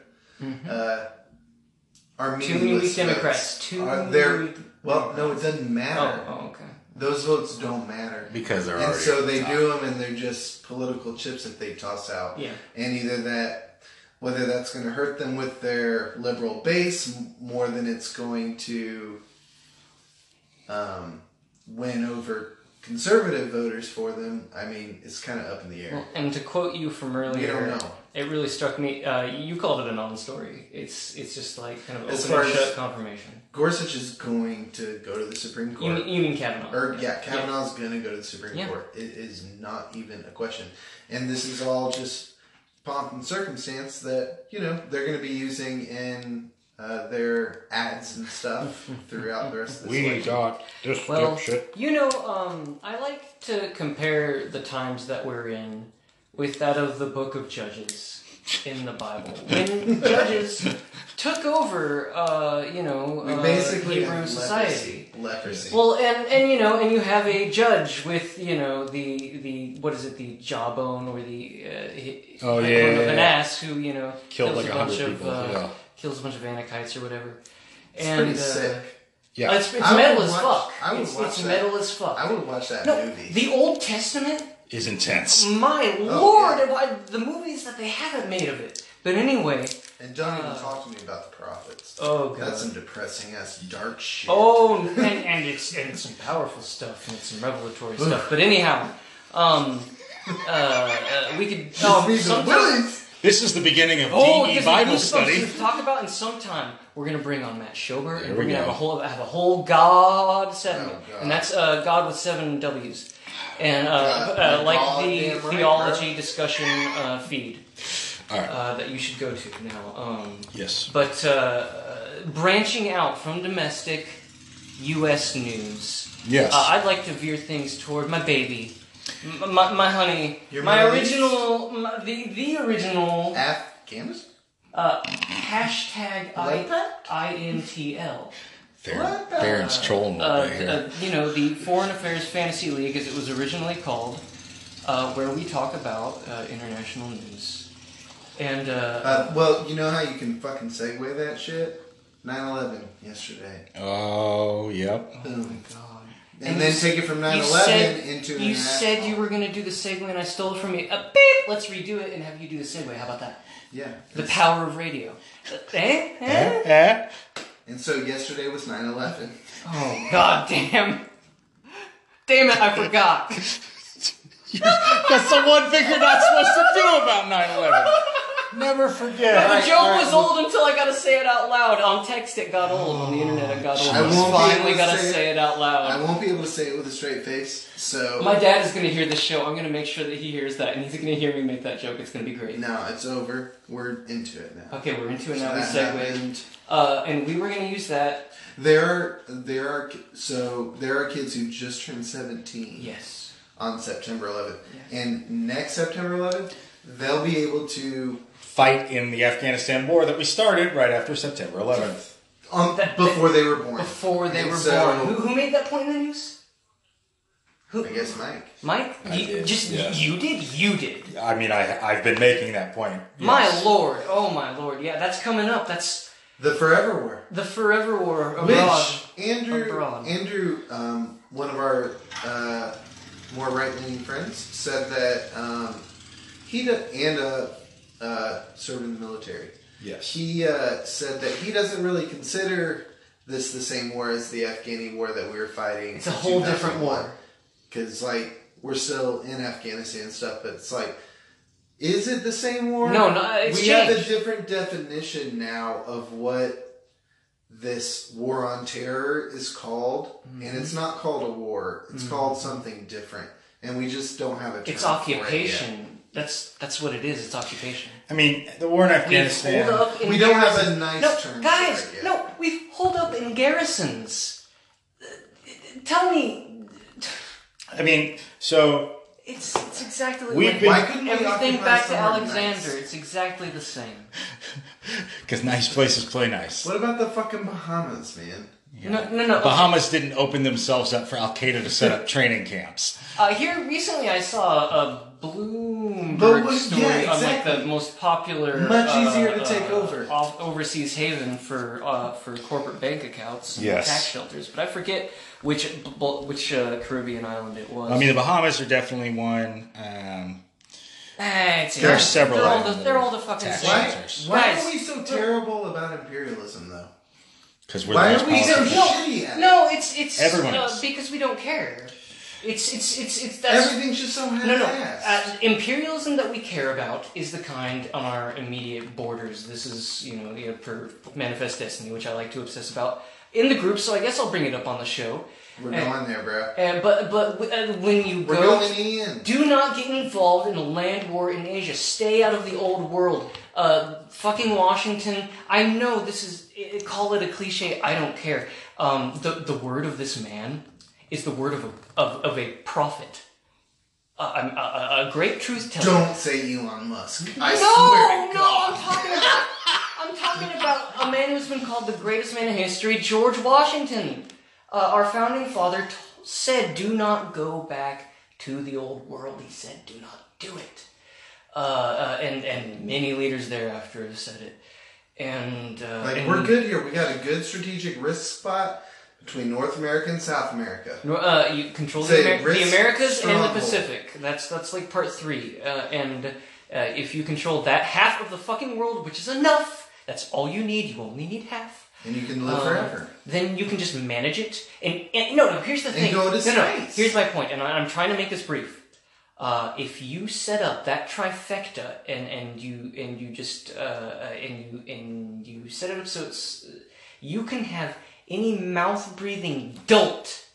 [SPEAKER 1] uh, are
[SPEAKER 2] Mm-hmm. Too many
[SPEAKER 1] meaningless.
[SPEAKER 2] weak Democrats.
[SPEAKER 1] votes.
[SPEAKER 2] Too
[SPEAKER 1] Are
[SPEAKER 2] many
[SPEAKER 1] there-
[SPEAKER 2] weak
[SPEAKER 1] Well, no, it doesn't
[SPEAKER 2] Oh,
[SPEAKER 1] matter.
[SPEAKER 2] oh, okay.
[SPEAKER 1] Those votes don't matter.
[SPEAKER 3] because they're
[SPEAKER 1] And
[SPEAKER 3] already
[SPEAKER 1] so
[SPEAKER 3] on
[SPEAKER 1] they
[SPEAKER 3] top.
[SPEAKER 1] do them, and they're just political chips that they toss out.
[SPEAKER 2] Yeah.
[SPEAKER 1] And either that, whether that's going to hurt them with their liberal base m- more than it's going to um, win over conservative voters for them, I mean, it's kind of up in the air.
[SPEAKER 2] And to quote you from earlier,
[SPEAKER 1] don't know.
[SPEAKER 2] it really struck me. Uh, you called it a non-story. It's it's just like kind of
[SPEAKER 1] As
[SPEAKER 2] open and
[SPEAKER 1] far as-
[SPEAKER 2] shut confirmation.
[SPEAKER 1] Gorsuch is going to go to the Supreme
[SPEAKER 2] You,
[SPEAKER 1] Court.
[SPEAKER 2] mean- you mean Kavanaugh?
[SPEAKER 1] Or yeah, Kavanaugh's gonna go to the Supreme
[SPEAKER 2] Yeah.
[SPEAKER 1] Court. It is not even a question. And this is all just pomp and circumstance that you know they're gonna be using in uh, their ads and stuff throughout the rest of this. election.
[SPEAKER 3] got this
[SPEAKER 2] Well, you know, um, I like to compare the times that we're in with that of the book of Judges in the Bible. When Judges took over, uh, you know,
[SPEAKER 1] we
[SPEAKER 2] uh,
[SPEAKER 1] basically
[SPEAKER 2] Hebrew
[SPEAKER 1] have
[SPEAKER 2] society.
[SPEAKER 1] leprosy. Leprosy.
[SPEAKER 2] Well, and, and you know, and you have a judge with you know the the what is it the jawbone or the uh, hi-
[SPEAKER 3] Oh,
[SPEAKER 2] hindquarter
[SPEAKER 3] yeah, yeah,
[SPEAKER 2] of an
[SPEAKER 3] yeah.
[SPEAKER 2] ass who you know
[SPEAKER 3] Killed
[SPEAKER 2] kills
[SPEAKER 3] like
[SPEAKER 2] a
[SPEAKER 3] 100
[SPEAKER 2] bunch of
[SPEAKER 3] people,
[SPEAKER 2] uh,
[SPEAKER 3] yeah.
[SPEAKER 2] kills a bunch of Anakites or whatever.
[SPEAKER 1] it's
[SPEAKER 2] and
[SPEAKER 1] pretty
[SPEAKER 2] uh,
[SPEAKER 1] sick.
[SPEAKER 3] Yeah,
[SPEAKER 2] It's, it's
[SPEAKER 1] I would
[SPEAKER 2] metal as
[SPEAKER 1] watch-
[SPEAKER 2] fuck.
[SPEAKER 1] I would
[SPEAKER 2] it's
[SPEAKER 1] watch
[SPEAKER 2] it's
[SPEAKER 1] that.
[SPEAKER 2] metal as fuck.
[SPEAKER 1] I would watch that
[SPEAKER 2] No,
[SPEAKER 1] movie.
[SPEAKER 2] the Old Testament.
[SPEAKER 3] is intense.
[SPEAKER 2] My
[SPEAKER 1] Oh,
[SPEAKER 2] lord,
[SPEAKER 1] yeah.
[SPEAKER 2] and why- the movies that they haven't made of it. But anyway,
[SPEAKER 1] and don't even talk to me about the prophets.
[SPEAKER 2] Uh, oh god,
[SPEAKER 1] That's some depressing ass dark shit.
[SPEAKER 2] oh, and, and it's and it's some powerful stuff and it's some revelatory stuff. But anyhow, um, uh, uh, we could um,
[SPEAKER 1] Reason
[SPEAKER 2] sometime-
[SPEAKER 1] Willis!
[SPEAKER 3] This is the beginning of
[SPEAKER 2] Oh,
[SPEAKER 3] DE
[SPEAKER 2] yes,
[SPEAKER 3] E Bible
[SPEAKER 2] we
[SPEAKER 3] study.
[SPEAKER 2] to talk about, and sometime we're gonna bring on Matt Schober, and
[SPEAKER 3] we
[SPEAKER 2] we're gonna
[SPEAKER 3] go.
[SPEAKER 2] have a whole have a whole God segment,
[SPEAKER 1] Oh, God.
[SPEAKER 2] and that's uh, God with seven Ws, and uh,
[SPEAKER 1] God,
[SPEAKER 2] uh, like
[SPEAKER 1] God
[SPEAKER 2] the
[SPEAKER 1] damn right, bro.
[SPEAKER 2] theology discussion uh, feed
[SPEAKER 3] All right.
[SPEAKER 2] uh, that you should go to now. Um,
[SPEAKER 3] yes.
[SPEAKER 2] but uh, uh, branching out from domestic U.S. news,
[SPEAKER 3] Yes.
[SPEAKER 2] uh, I'd like to veer things toward my baby, m- my, my honey,
[SPEAKER 1] Your
[SPEAKER 2] my
[SPEAKER 1] Middle East?
[SPEAKER 2] original, my, the the original.
[SPEAKER 1] Afghanistan?
[SPEAKER 2] Uh, hashtag
[SPEAKER 1] Like
[SPEAKER 2] I,
[SPEAKER 1] that?
[SPEAKER 2] INTL.
[SPEAKER 1] What
[SPEAKER 3] Theron,
[SPEAKER 1] the-
[SPEAKER 3] Theron's trolling
[SPEAKER 2] Uh,
[SPEAKER 3] over here.
[SPEAKER 2] uh, you know, the Foreign Affairs Fantasy League, as it was originally called, uh, where we talk about uh, international news. And, uh,
[SPEAKER 1] Uh, well, you know how you can fucking segue that shit? 9 11 yesterday.
[SPEAKER 2] uh,
[SPEAKER 3] oh, yep.
[SPEAKER 2] oh my god.
[SPEAKER 1] And, then
[SPEAKER 2] you-
[SPEAKER 1] take it from 9
[SPEAKER 2] you
[SPEAKER 1] 11
[SPEAKER 2] said-
[SPEAKER 1] into
[SPEAKER 2] You
[SPEAKER 1] international.
[SPEAKER 2] said you were going to do the segue, and I stole it from you. Uh, beep! Let's redo it and have you do the segue. How about that?
[SPEAKER 1] Yeah.
[SPEAKER 2] The power of radio. Uh, eh? Eh?
[SPEAKER 3] Eh?
[SPEAKER 1] And so yesterday was 9 11.
[SPEAKER 2] Oh, god damn. Damn it, I forgot.
[SPEAKER 3] That's the one thing you're not supposed to do about 9 11. Never forget.
[SPEAKER 2] The
[SPEAKER 1] Alright,
[SPEAKER 2] joke
[SPEAKER 1] alright,
[SPEAKER 2] was
[SPEAKER 1] we-
[SPEAKER 2] old until I gotta say it out loud. On text, it got old. On the internet, it got old.
[SPEAKER 1] I won't be
[SPEAKER 2] finally
[SPEAKER 1] able to
[SPEAKER 2] gotta
[SPEAKER 1] say
[SPEAKER 2] say,
[SPEAKER 1] it.
[SPEAKER 2] it out
[SPEAKER 1] I
[SPEAKER 2] loud.
[SPEAKER 1] won't be able to say it with a straight face, so.
[SPEAKER 2] My dad is gonna hear this show. I'm gonna make sure that he hears that, and he's gonna hear me make that joke. It's gonna be great.
[SPEAKER 1] no, it's over. We're into it now.
[SPEAKER 2] Okay, we're into it
[SPEAKER 1] So
[SPEAKER 2] now. We
[SPEAKER 1] that
[SPEAKER 2] segue.
[SPEAKER 1] happened.
[SPEAKER 2] Uh, and we were gonna use that.
[SPEAKER 1] There are, there are, ki- so there are kids who just turned 17.
[SPEAKER 2] Yes.
[SPEAKER 1] on September 11th.
[SPEAKER 2] Yes.
[SPEAKER 1] And next September 11th, they'll be able to
[SPEAKER 3] Fight in the Afghanistan war that we started right after September 11th.
[SPEAKER 1] um,
[SPEAKER 2] That-
[SPEAKER 1] before they were born.
[SPEAKER 2] Before they
[SPEAKER 1] And
[SPEAKER 2] were
[SPEAKER 1] so-
[SPEAKER 2] born. Who, who made that point in the news? Who?
[SPEAKER 1] I guess Mike.
[SPEAKER 2] Mike?
[SPEAKER 3] I
[SPEAKER 2] you,
[SPEAKER 3] did,
[SPEAKER 2] Just
[SPEAKER 3] yeah.
[SPEAKER 2] you did? You did.
[SPEAKER 3] I mean, I I've been making that point.
[SPEAKER 2] My
[SPEAKER 3] Yes.
[SPEAKER 2] lord. Oh my lord. Yeah, that's coming up. That's
[SPEAKER 1] The Forever War.
[SPEAKER 2] the Forever War abroad.
[SPEAKER 1] Which Andrew,
[SPEAKER 2] Abroad.
[SPEAKER 1] Andrew, um, one of our uh, more right-leaning friends, said that um, he do- and uh, uh, served in the military.
[SPEAKER 3] Yes.
[SPEAKER 1] He uh, said that he doesn't really consider this the same war as the Afghani war that we were fighting.
[SPEAKER 2] It's a whole different war.
[SPEAKER 1] because like we're still in Afghanistan and stuff, but it's like. Is it the same war?
[SPEAKER 2] No, no, it's
[SPEAKER 1] we have a
[SPEAKER 2] changed.
[SPEAKER 1] different definition now of what this war on terror is called,
[SPEAKER 2] Mm-hmm.
[SPEAKER 1] and it's not called a war. It's called something different, and we just don't have a. Term
[SPEAKER 2] It's
[SPEAKER 1] for it yet.
[SPEAKER 2] occupation. That's that's what it is. It's occupation.
[SPEAKER 3] I mean, the war in
[SPEAKER 2] We've
[SPEAKER 3] Afghanistan.
[SPEAKER 2] holed up in
[SPEAKER 1] We don't have a
[SPEAKER 2] garrisons.
[SPEAKER 1] nice
[SPEAKER 2] no,
[SPEAKER 1] term for
[SPEAKER 2] Guys,
[SPEAKER 1] it yet.
[SPEAKER 2] no, we've holed up in garrisons. Uh, Tell me,
[SPEAKER 3] I mean, so
[SPEAKER 2] it's it's exactly
[SPEAKER 3] We've
[SPEAKER 2] like
[SPEAKER 3] been-
[SPEAKER 1] Why couldn't we
[SPEAKER 2] everything
[SPEAKER 1] occupy
[SPEAKER 2] back to
[SPEAKER 1] somewhere
[SPEAKER 2] Alexander.
[SPEAKER 1] nice?
[SPEAKER 2] It's exactly the same.
[SPEAKER 3] because nice places play nice.
[SPEAKER 1] What about the fucking Bahamas, man?
[SPEAKER 2] No, no, no.
[SPEAKER 3] Bahamas didn't open themselves up for Al Qaeda to set up training camps.
[SPEAKER 2] Uh, here recently, I saw a Bloomberg
[SPEAKER 1] But what-
[SPEAKER 2] story
[SPEAKER 1] yeah,
[SPEAKER 2] on like the
[SPEAKER 1] exactly.
[SPEAKER 2] most popular,
[SPEAKER 1] Much
[SPEAKER 2] uh,
[SPEAKER 1] easier to
[SPEAKER 2] uh,
[SPEAKER 1] take over.
[SPEAKER 2] off- overseas haven for uh, for corporate bank accounts, and
[SPEAKER 3] Yes.
[SPEAKER 2] tax shelters. But I forget which b- b- which uh, Caribbean island it was.
[SPEAKER 3] I mean, the Bahamas are definitely one. Um,
[SPEAKER 2] Eh, it's-
[SPEAKER 3] there are several
[SPEAKER 2] They're all the,
[SPEAKER 3] islands
[SPEAKER 2] they're all the fucking
[SPEAKER 3] tax
[SPEAKER 2] same.
[SPEAKER 1] Why?
[SPEAKER 3] Shelters.
[SPEAKER 1] Why
[SPEAKER 2] Guys.
[SPEAKER 1] are we so terrible about imperialism, though?
[SPEAKER 3] because we're
[SPEAKER 1] Why
[SPEAKER 3] the
[SPEAKER 1] are
[SPEAKER 3] most
[SPEAKER 1] we so
[SPEAKER 3] powerful.
[SPEAKER 1] shitty at it?
[SPEAKER 2] No, it's it's
[SPEAKER 3] Everyone
[SPEAKER 2] uh,
[SPEAKER 3] is.
[SPEAKER 2] because we don't care. It's it's it's it's that's
[SPEAKER 1] Everything's just so half-assed.
[SPEAKER 2] No, no. Uh, imperialism that we care about is the kind on our immediate borders. This is, you know, yeah, per Manifest Destiny, which I like to obsess about in the group. So I guess I'll bring it up on the show.
[SPEAKER 1] We're going there, bro.
[SPEAKER 2] Uh, but but uh, when you
[SPEAKER 1] We're
[SPEAKER 2] go,
[SPEAKER 1] going in.
[SPEAKER 2] do not get involved in a land war in Asia. Stay out of the old world. Uh, fucking Washington. I know this is i- call it a cliche. I don't care. Um, the the word of this man is the word of a, of, of a prophet, a, a, a- a great truth teller.
[SPEAKER 1] Don't say Elon Musk. I
[SPEAKER 2] no,
[SPEAKER 1] swear. to
[SPEAKER 2] no,
[SPEAKER 1] God.
[SPEAKER 2] I'm talking about I'm talking about a man who's been called the greatest man in history, George Washington. Uh, our founding father t- said, "Do not go back to the old world." He said, "Do not do it." Uh, uh, and and many leaders thereafter have said it. And uh,
[SPEAKER 1] Like
[SPEAKER 2] and-
[SPEAKER 1] we're good here. We got a good strategic risk spot between North America and South America.
[SPEAKER 2] Uh, you control the,
[SPEAKER 1] Say
[SPEAKER 2] Amer- the
[SPEAKER 1] risk
[SPEAKER 2] Americas and the
[SPEAKER 1] stronghold.
[SPEAKER 2] Pacific. That's that's like part three. Uh, and uh, if you control that half of the fucking world, which is enough, that's all you need. You only need half.
[SPEAKER 1] And you can
[SPEAKER 2] Uh,
[SPEAKER 1] live forever.
[SPEAKER 2] Um, Then you can just manage it. And, and no, no. Here's the thing.
[SPEAKER 1] go to
[SPEAKER 2] no, no.
[SPEAKER 1] space.
[SPEAKER 2] Here's my point, and I, I'm trying to make this brief. Uh, if you set up that trifecta and, and you and you just uh, uh, and you and you set it up so it's you can have any mouth breathing dolt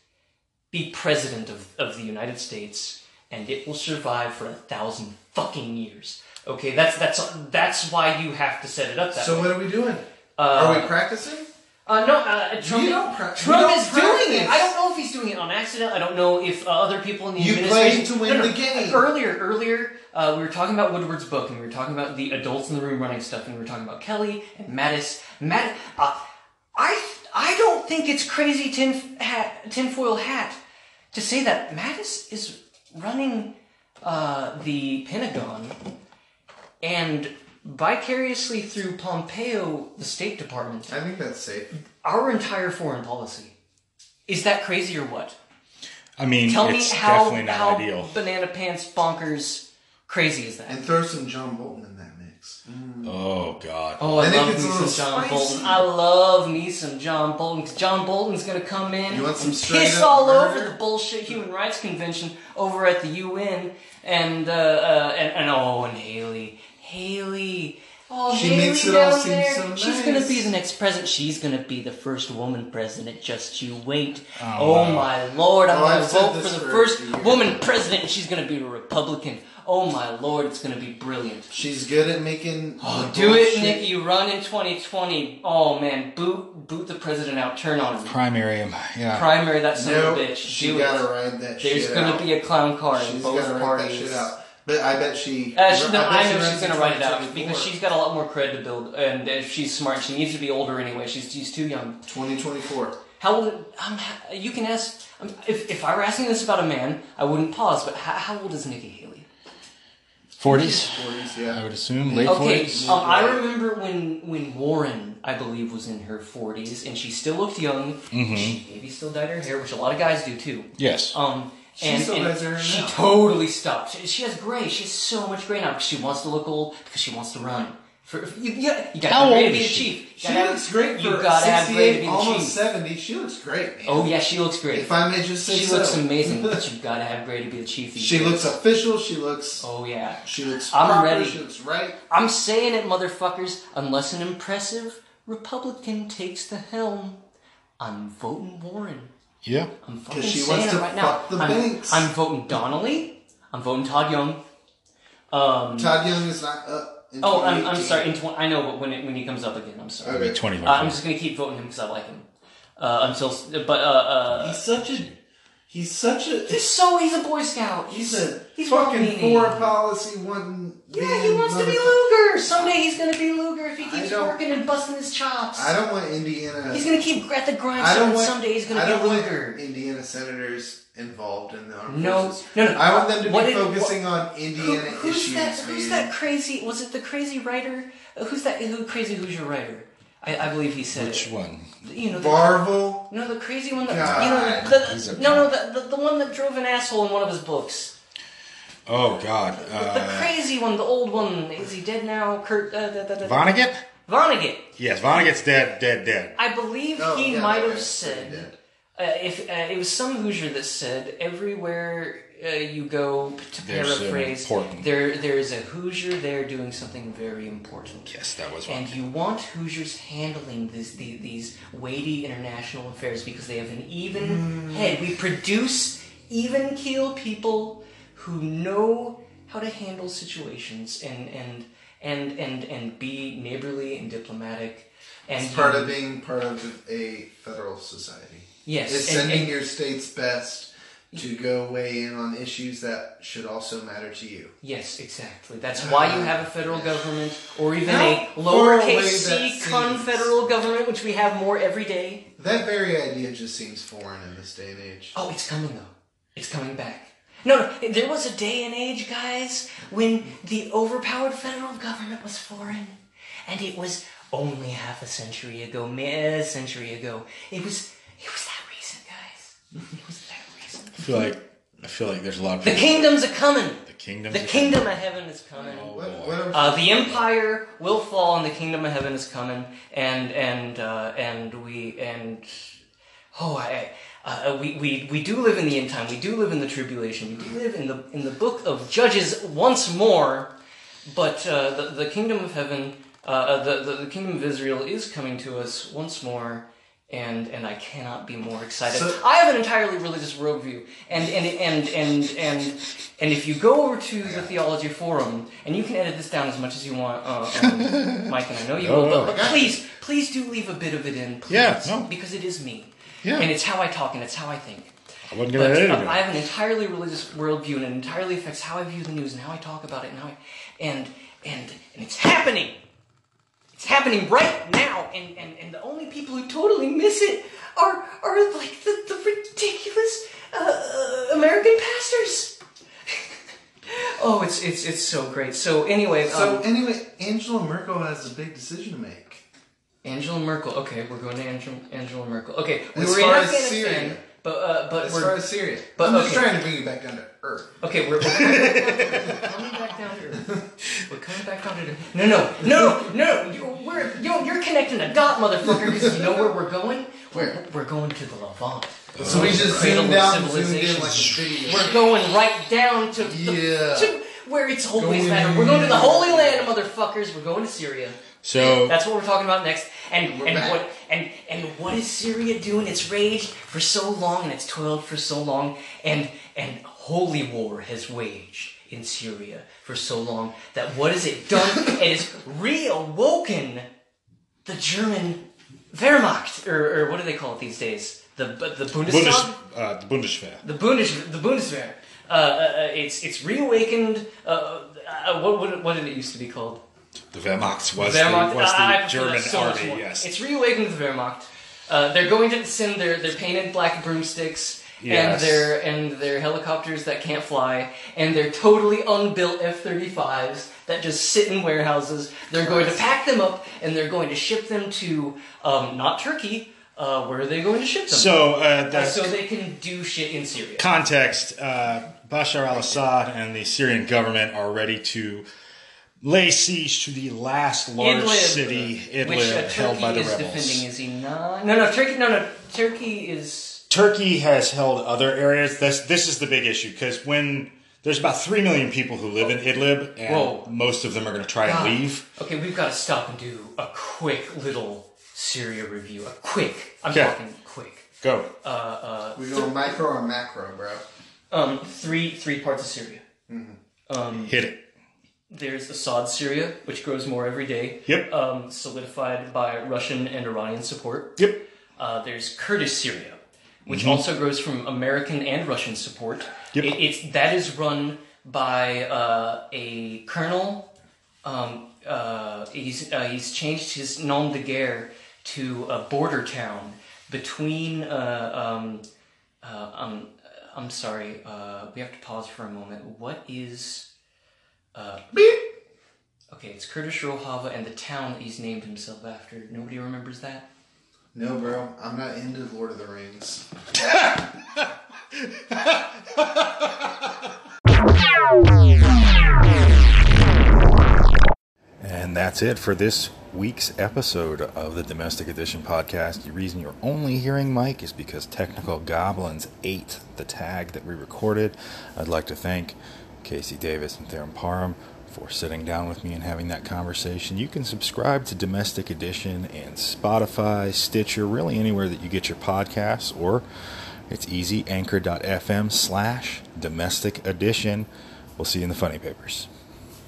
[SPEAKER 2] be president of, of the United States, and it will survive for a thousand fucking years. Okay, that's that's that's why you have to set it up that
[SPEAKER 1] So
[SPEAKER 2] way.
[SPEAKER 1] what are we doing? are we practicing?
[SPEAKER 2] Uh, no, uh, Trump,
[SPEAKER 1] You don't pra-
[SPEAKER 2] Trump
[SPEAKER 1] you don't
[SPEAKER 2] is doing it.
[SPEAKER 1] practice.
[SPEAKER 2] I don't know if he's doing it on accident. I don't know if uh, other people in the
[SPEAKER 1] You
[SPEAKER 2] administration
[SPEAKER 1] played to win
[SPEAKER 2] No, no.
[SPEAKER 1] the game.
[SPEAKER 2] Earlier, earlier, uh, we were talking about Woodward's book, and we were talking about the adults in the room running stuff, and we were talking about Kelly and Mattis. Matt, uh, I, I don't think it's crazy tin hat, tinfoil hat to say that Mattis is running uh, the Pentagon and vicariously through Pompeo, the State Department
[SPEAKER 1] I think that's safe.
[SPEAKER 2] our entire foreign policy. Is that crazy or what?
[SPEAKER 3] I mean,
[SPEAKER 2] Tell
[SPEAKER 3] it's
[SPEAKER 2] me how,
[SPEAKER 3] definitely not
[SPEAKER 2] how
[SPEAKER 3] ideal.
[SPEAKER 2] banana pants bonkers crazy is that?
[SPEAKER 1] And throw some John Bolton in that mix.
[SPEAKER 3] Oh God.
[SPEAKER 2] Oh, I,
[SPEAKER 1] I think
[SPEAKER 2] love
[SPEAKER 1] it's
[SPEAKER 2] me
[SPEAKER 1] a
[SPEAKER 2] some
[SPEAKER 1] little
[SPEAKER 2] John
[SPEAKER 1] spicy.
[SPEAKER 2] Bolton. I love me some John Bolton. 'cause John Bolton's gonna come in
[SPEAKER 1] You want some
[SPEAKER 2] and
[SPEAKER 1] straight
[SPEAKER 2] piss
[SPEAKER 1] up
[SPEAKER 2] all over
[SPEAKER 1] murder?
[SPEAKER 2] the bullshit Human Rights Convention over at the UN and uh, uh, and, and oh, and Haley, Haley. Oh,
[SPEAKER 1] She
[SPEAKER 2] Haley
[SPEAKER 1] makes it all
[SPEAKER 2] down
[SPEAKER 1] seem
[SPEAKER 2] there.
[SPEAKER 1] so
[SPEAKER 2] She's gonna
[SPEAKER 1] nice.
[SPEAKER 2] be the next president. She's gonna be the first woman president. Just you wait. Oh, my lord! I'm
[SPEAKER 1] Oh,
[SPEAKER 2] gonna
[SPEAKER 1] I've said
[SPEAKER 2] vote for
[SPEAKER 1] this
[SPEAKER 2] the
[SPEAKER 1] for
[SPEAKER 2] first
[SPEAKER 1] years.
[SPEAKER 2] woman president, and she's gonna be a Republican. Oh my lord! It's gonna be brilliant.
[SPEAKER 1] She's good at making.
[SPEAKER 2] Oh,
[SPEAKER 1] the
[SPEAKER 2] do it,
[SPEAKER 1] bullshit.
[SPEAKER 2] Nick. You run in 2020. Oh, man. Boot boot the president out. Turn on him.
[SPEAKER 3] Primary
[SPEAKER 4] um,
[SPEAKER 3] him. Yeah.
[SPEAKER 2] Primary that son
[SPEAKER 1] No,
[SPEAKER 2] of a bitch.
[SPEAKER 1] she
[SPEAKER 2] do
[SPEAKER 1] gotta
[SPEAKER 2] it.
[SPEAKER 1] ride that
[SPEAKER 2] There's
[SPEAKER 1] shit
[SPEAKER 2] gonna
[SPEAKER 1] out.
[SPEAKER 2] be a clown car in
[SPEAKER 1] She's
[SPEAKER 2] both
[SPEAKER 1] gotta ride that
[SPEAKER 2] parties.
[SPEAKER 1] shit out. But I bet she.
[SPEAKER 2] Uh, she,
[SPEAKER 1] I
[SPEAKER 2] no,
[SPEAKER 1] bet
[SPEAKER 2] I
[SPEAKER 1] she
[SPEAKER 2] know
[SPEAKER 1] runs
[SPEAKER 2] she's going to
[SPEAKER 1] into
[SPEAKER 2] write it
[SPEAKER 1] 2024.
[SPEAKER 2] out because she's got a lot more cred to build, and if she's smart, she needs to be older anyway. She's she's too young.
[SPEAKER 1] 2024.
[SPEAKER 2] How old? Um, h- you can ask. Um, if if I were asking this about a man, I wouldn't pause. But how, how old is Nikki Haley?
[SPEAKER 4] Forties,
[SPEAKER 1] 40s,
[SPEAKER 4] I
[SPEAKER 1] yeah.
[SPEAKER 4] would assume, late
[SPEAKER 2] Okay,
[SPEAKER 4] forties.
[SPEAKER 2] um, I remember when when Warren, I believe, was in her forties, and she still looked young.
[SPEAKER 4] Mm-hmm.
[SPEAKER 2] She maybe still dyed her hair, which a lot of guys do too.
[SPEAKER 4] Yes.
[SPEAKER 2] Um,
[SPEAKER 1] She
[SPEAKER 2] and,
[SPEAKER 1] still
[SPEAKER 2] and
[SPEAKER 1] dyes her hair
[SPEAKER 2] she
[SPEAKER 1] now.
[SPEAKER 2] totally stopped. She, she has gray. She has so much gray now because she wants to look old because she wants to run. For, you, you, you gotta
[SPEAKER 4] How
[SPEAKER 2] have gray
[SPEAKER 4] old
[SPEAKER 2] to be
[SPEAKER 4] is
[SPEAKER 2] the
[SPEAKER 4] she?
[SPEAKER 2] chief.
[SPEAKER 1] She looks great for
[SPEAKER 2] You gotta have gray
[SPEAKER 1] 68,
[SPEAKER 2] to be the
[SPEAKER 1] almost
[SPEAKER 2] chief.
[SPEAKER 1] 70. She looks great, man.
[SPEAKER 2] Oh yeah, she looks great.
[SPEAKER 1] If I may just say
[SPEAKER 2] She
[SPEAKER 1] so.
[SPEAKER 2] looks amazing, but you gotta have gray to be the chief. these
[SPEAKER 1] She
[SPEAKER 2] days.
[SPEAKER 1] looks official. She looks.
[SPEAKER 2] Oh yeah.
[SPEAKER 1] She looks.
[SPEAKER 2] I'm
[SPEAKER 1] proper,
[SPEAKER 2] ready.
[SPEAKER 1] She looks right.
[SPEAKER 2] I'm saying it, motherfuckers. Unless an impressive Republican takes the helm, I'm voting Warren.
[SPEAKER 4] Yeah.
[SPEAKER 2] I'm fucking
[SPEAKER 1] 'Cause she
[SPEAKER 2] saying
[SPEAKER 1] wants
[SPEAKER 2] it
[SPEAKER 1] to
[SPEAKER 2] right now.
[SPEAKER 1] fuck the
[SPEAKER 2] I'm,
[SPEAKER 1] banks.
[SPEAKER 2] I'm voting Donnelly. I'm voting Todd Young. Um,
[SPEAKER 1] Todd Young is not up. In
[SPEAKER 2] oh, I'm, I'm
[SPEAKER 1] 2018.
[SPEAKER 2] sorry. In tw- I know, but when it, when he comes up again, I'm sorry.
[SPEAKER 1] Okay.
[SPEAKER 4] Twenty.
[SPEAKER 2] Uh, I'm just gonna keep voting him because I like him. Uh, until, s- but uh, uh,
[SPEAKER 1] He's such a. He's such a.
[SPEAKER 2] he's so he's a Boy Scout.
[SPEAKER 1] He's a
[SPEAKER 2] he's
[SPEAKER 1] fucking
[SPEAKER 2] well-meaning.
[SPEAKER 1] foreign policy one.
[SPEAKER 2] Yeah, he wants to be Luger. Someday he's gonna be Luger if he
[SPEAKER 1] I
[SPEAKER 2] keeps
[SPEAKER 1] don't-
[SPEAKER 2] working and busting his chops.
[SPEAKER 1] I don't want Indiana.
[SPEAKER 2] He's gonna keep at the
[SPEAKER 1] I
[SPEAKER 2] grindstone.
[SPEAKER 1] don't want.
[SPEAKER 2] Someday he's gonna
[SPEAKER 1] I don't
[SPEAKER 2] be
[SPEAKER 1] want
[SPEAKER 2] Luger.
[SPEAKER 1] Indiana senators involved in the armed
[SPEAKER 2] No,
[SPEAKER 1] forces.
[SPEAKER 2] no, no.
[SPEAKER 1] I want them to
[SPEAKER 2] What
[SPEAKER 1] be
[SPEAKER 2] did-
[SPEAKER 1] focusing on
[SPEAKER 2] Who-
[SPEAKER 1] Indiana
[SPEAKER 2] who's
[SPEAKER 1] issues.
[SPEAKER 2] that?
[SPEAKER 1] man.
[SPEAKER 2] Who's that crazy? Was it the crazy writer? Uh, Who's that? Who crazy? Who's your writer? I, I believe he said
[SPEAKER 4] Which
[SPEAKER 2] it.
[SPEAKER 4] one?
[SPEAKER 2] You know, the,
[SPEAKER 1] Marvel.
[SPEAKER 2] no, the crazy one that
[SPEAKER 1] God,
[SPEAKER 2] you
[SPEAKER 4] he's
[SPEAKER 2] know,
[SPEAKER 4] a
[SPEAKER 2] the, no, no, the, the, the one that drove an asshole in one of his books.
[SPEAKER 4] Oh God.
[SPEAKER 2] The
[SPEAKER 4] Uh,
[SPEAKER 2] crazy one, the old one. Is he dead now? Kurt uh, da, da, da-
[SPEAKER 4] Vonnegut.
[SPEAKER 2] Vonnegut.
[SPEAKER 4] Yes, Vonnegut's dead, dead, dead.
[SPEAKER 2] I believe
[SPEAKER 1] Oh,
[SPEAKER 2] he
[SPEAKER 1] yeah,
[SPEAKER 2] might
[SPEAKER 1] that
[SPEAKER 2] have
[SPEAKER 1] guy's
[SPEAKER 2] said.
[SPEAKER 1] pretty dead.
[SPEAKER 2] Uh, if uh, it was some Hoosier that said, "Everywhere uh, you go," to
[SPEAKER 4] There's an
[SPEAKER 2] paraphrase,
[SPEAKER 4] important-
[SPEAKER 2] there there is a Hoosier there doing something very important.
[SPEAKER 4] Yes, that was
[SPEAKER 2] And
[SPEAKER 4] one.
[SPEAKER 2] you want Hoosiers handling these, these these weighty international affairs because they have an even head. We produce even keel people who know how to handle situations and and and and and be neighborly and diplomatic. And
[SPEAKER 1] It's part of being part of a federal society.
[SPEAKER 2] yes,
[SPEAKER 1] It's
[SPEAKER 2] and-
[SPEAKER 1] sending
[SPEAKER 2] and-
[SPEAKER 1] your state's best to go weigh in on issues that should also matter to you.
[SPEAKER 2] Yes, exactly. That's
[SPEAKER 1] Ah,
[SPEAKER 2] why you have a federal government, or even
[SPEAKER 1] How
[SPEAKER 2] a
[SPEAKER 1] far away
[SPEAKER 2] lowercase
[SPEAKER 1] that
[SPEAKER 2] c
[SPEAKER 1] seems.
[SPEAKER 2] confederal government, which we have more every day.
[SPEAKER 1] That very idea just seems foreign in this day and age.
[SPEAKER 2] Oh, it's coming though. It's coming back. No, no. There was a day and age, guys, when the overpowered federal government was foreign, and it was only half a century ago, mere a century ago. It was. It was that reason, guys. It was that reason.
[SPEAKER 4] I feel like I feel like there's a lot of
[SPEAKER 2] The
[SPEAKER 4] people-
[SPEAKER 2] kingdom's a coming.
[SPEAKER 4] The kingdom. Oh,
[SPEAKER 2] The kingdom of heaven is coming.
[SPEAKER 1] What, what I'm-
[SPEAKER 2] Uh, the empire will fall, and the kingdom of heaven is coming. And and uh, and we and oh, I, uh, we we we do live in the end time. We do live in the tribulation. We do live in the in the book of Judges once more. But uh, the the kingdom of heaven, uh, uh, the, the the kingdom of Israel is coming to us once more. And, and I cannot be more excited.
[SPEAKER 1] So-
[SPEAKER 2] I have an entirely religious worldview, and and and and and and if you go over to the theology forum, and you can edit this down as much as you want, uh, um, Mike, and I know you
[SPEAKER 4] No,
[SPEAKER 2] will,
[SPEAKER 4] no.
[SPEAKER 2] but, but please, please do leave a bit of it in, please,
[SPEAKER 4] Yeah, no.
[SPEAKER 2] because it is me,
[SPEAKER 4] Yeah.
[SPEAKER 2] and it's how I talk and it's how I think.
[SPEAKER 4] I wasn't gonna
[SPEAKER 2] But
[SPEAKER 4] edit
[SPEAKER 2] um, I
[SPEAKER 4] it.
[SPEAKER 2] have an entirely religious worldview, and it entirely affects how I view the news and how I talk about it, and how I, and and and it's happening. It's happening right now, and, and, and the only people who totally miss it are are like the, the ridiculous uh, American pastors. oh, it's it's it's so great. So anyway,
[SPEAKER 1] so
[SPEAKER 2] um,
[SPEAKER 1] anyway, Angela Merkel has a big decision to make.
[SPEAKER 2] Angela Merkel. Okay, we're going to Angela, Angela Merkel. Okay, we
[SPEAKER 1] As
[SPEAKER 2] were in
[SPEAKER 1] far as
[SPEAKER 2] Afghanistan,
[SPEAKER 1] Syria.
[SPEAKER 2] but uh, but
[SPEAKER 1] As
[SPEAKER 2] we're
[SPEAKER 1] far as Syria,
[SPEAKER 2] but
[SPEAKER 1] I'm just
[SPEAKER 2] okay.
[SPEAKER 1] trying to bring you back down to earth.
[SPEAKER 2] Okay, we're, we're coming back down to earth. We're coming back down to earth. No, no, no, no, no. You're, we're, yo, you're connecting a dot, motherfucker, because you know where we're going?
[SPEAKER 1] Where?
[SPEAKER 2] We're going to the Levant.
[SPEAKER 1] So we just
[SPEAKER 2] Cradle
[SPEAKER 1] zoomed
[SPEAKER 2] of
[SPEAKER 1] out and zoomed in
[SPEAKER 2] Oh, civilization.
[SPEAKER 1] like a video.
[SPEAKER 2] We're going right down to, the-
[SPEAKER 1] Yeah.
[SPEAKER 2] to where it's always
[SPEAKER 1] Going-
[SPEAKER 2] matter. We're going to the Holy Land, motherfuckers. We're going to Syria.
[SPEAKER 4] So
[SPEAKER 2] That's what we're talking about next. And
[SPEAKER 1] We're
[SPEAKER 2] and
[SPEAKER 1] back.
[SPEAKER 2] what and and what is Syria doing? It's raged for so long and it's toiled for so long and and holy war has waged in Syria for so long that what has it done? it has reawoken the German Wehrmacht or, or what do they call it these days? The the Bundestag
[SPEAKER 4] Bundes, uh, the Bundeswehr.
[SPEAKER 2] the Bundes the Bundeswehr. uh, uh, uh, it's it's reawakened. Uh, uh, what, what what did it used to be called?
[SPEAKER 4] The Wehrmacht was
[SPEAKER 2] Wehrmacht.
[SPEAKER 4] the, was the
[SPEAKER 2] I- I prefer
[SPEAKER 4] German
[SPEAKER 2] that so much
[SPEAKER 4] army.
[SPEAKER 2] more.
[SPEAKER 4] Yes.
[SPEAKER 2] It's reawakened the Wehrmacht. Uh, they're going to send their, their painted black broomsticks
[SPEAKER 4] Yes.
[SPEAKER 2] and their and their helicopters that can't fly and their totally unbuilt F thirty fives that just sit in warehouses. They're going to pack them up and they're going to ship them to um, not Turkey. Uh, where are they going to ship them?
[SPEAKER 3] So uh,
[SPEAKER 2] Uh,
[SPEAKER 3] that's
[SPEAKER 2] so they can do shit in Syria.
[SPEAKER 3] context, uh, Bashar al-Assad and the Syrian government are ready to lay siege to the last large
[SPEAKER 2] Idlib,
[SPEAKER 3] city, Idlib,
[SPEAKER 2] which uh, Turkey
[SPEAKER 3] held by the
[SPEAKER 2] is
[SPEAKER 3] rebels.
[SPEAKER 2] defending. Is he not? No, no, Turkey. No, no, Turkey is.
[SPEAKER 3] Turkey has held other areas. This this is the big issue because when there's about three million people who live in Idlib, and
[SPEAKER 2] Whoa.
[SPEAKER 3] most of them are going to try and
[SPEAKER 2] God.
[SPEAKER 3] leave.
[SPEAKER 2] Okay, we've got to stop and do a quick little Syria review. A quick. I'm
[SPEAKER 3] Okay.
[SPEAKER 2] talking quick.
[SPEAKER 3] Go.
[SPEAKER 1] We go micro or macro, bro.
[SPEAKER 2] Um, three three parts of Syria. Um,
[SPEAKER 3] Hit it.
[SPEAKER 2] There's Assad Syria, which grows more every day.
[SPEAKER 3] Yep.
[SPEAKER 2] Um, solidified by Russian and Iranian support.
[SPEAKER 3] Yep.
[SPEAKER 2] Uh, there's Kurdish Syria, which also grows from American and Russian support. It, it's that is run by uh, a colonel. Um, uh, he's uh, he's changed his nom de guerre to a border town between. Uh, um, uh, um, I'm sorry. Uh, we have to pause for a moment. What is? Uh, okay, it's Kurdish Rojava and the town that he's named himself after. Nobody remembers that.
[SPEAKER 1] No, bro. I'm not into Lord of the Rings.
[SPEAKER 4] And that's it for this week's episode of the Domestic Edition podcast. The reason you're only hearing Mike is because Technical Goblins ate the tag that we recorded. I'd like to thank Casey Davis and Theron Parham for sitting down with me and having that conversation. You can subscribe to Domestic Edition in Spotify, Stitcher, really anywhere that you get your podcasts, or it's easy anchor.fm slash domestic edition. We'll see you in the funny papers.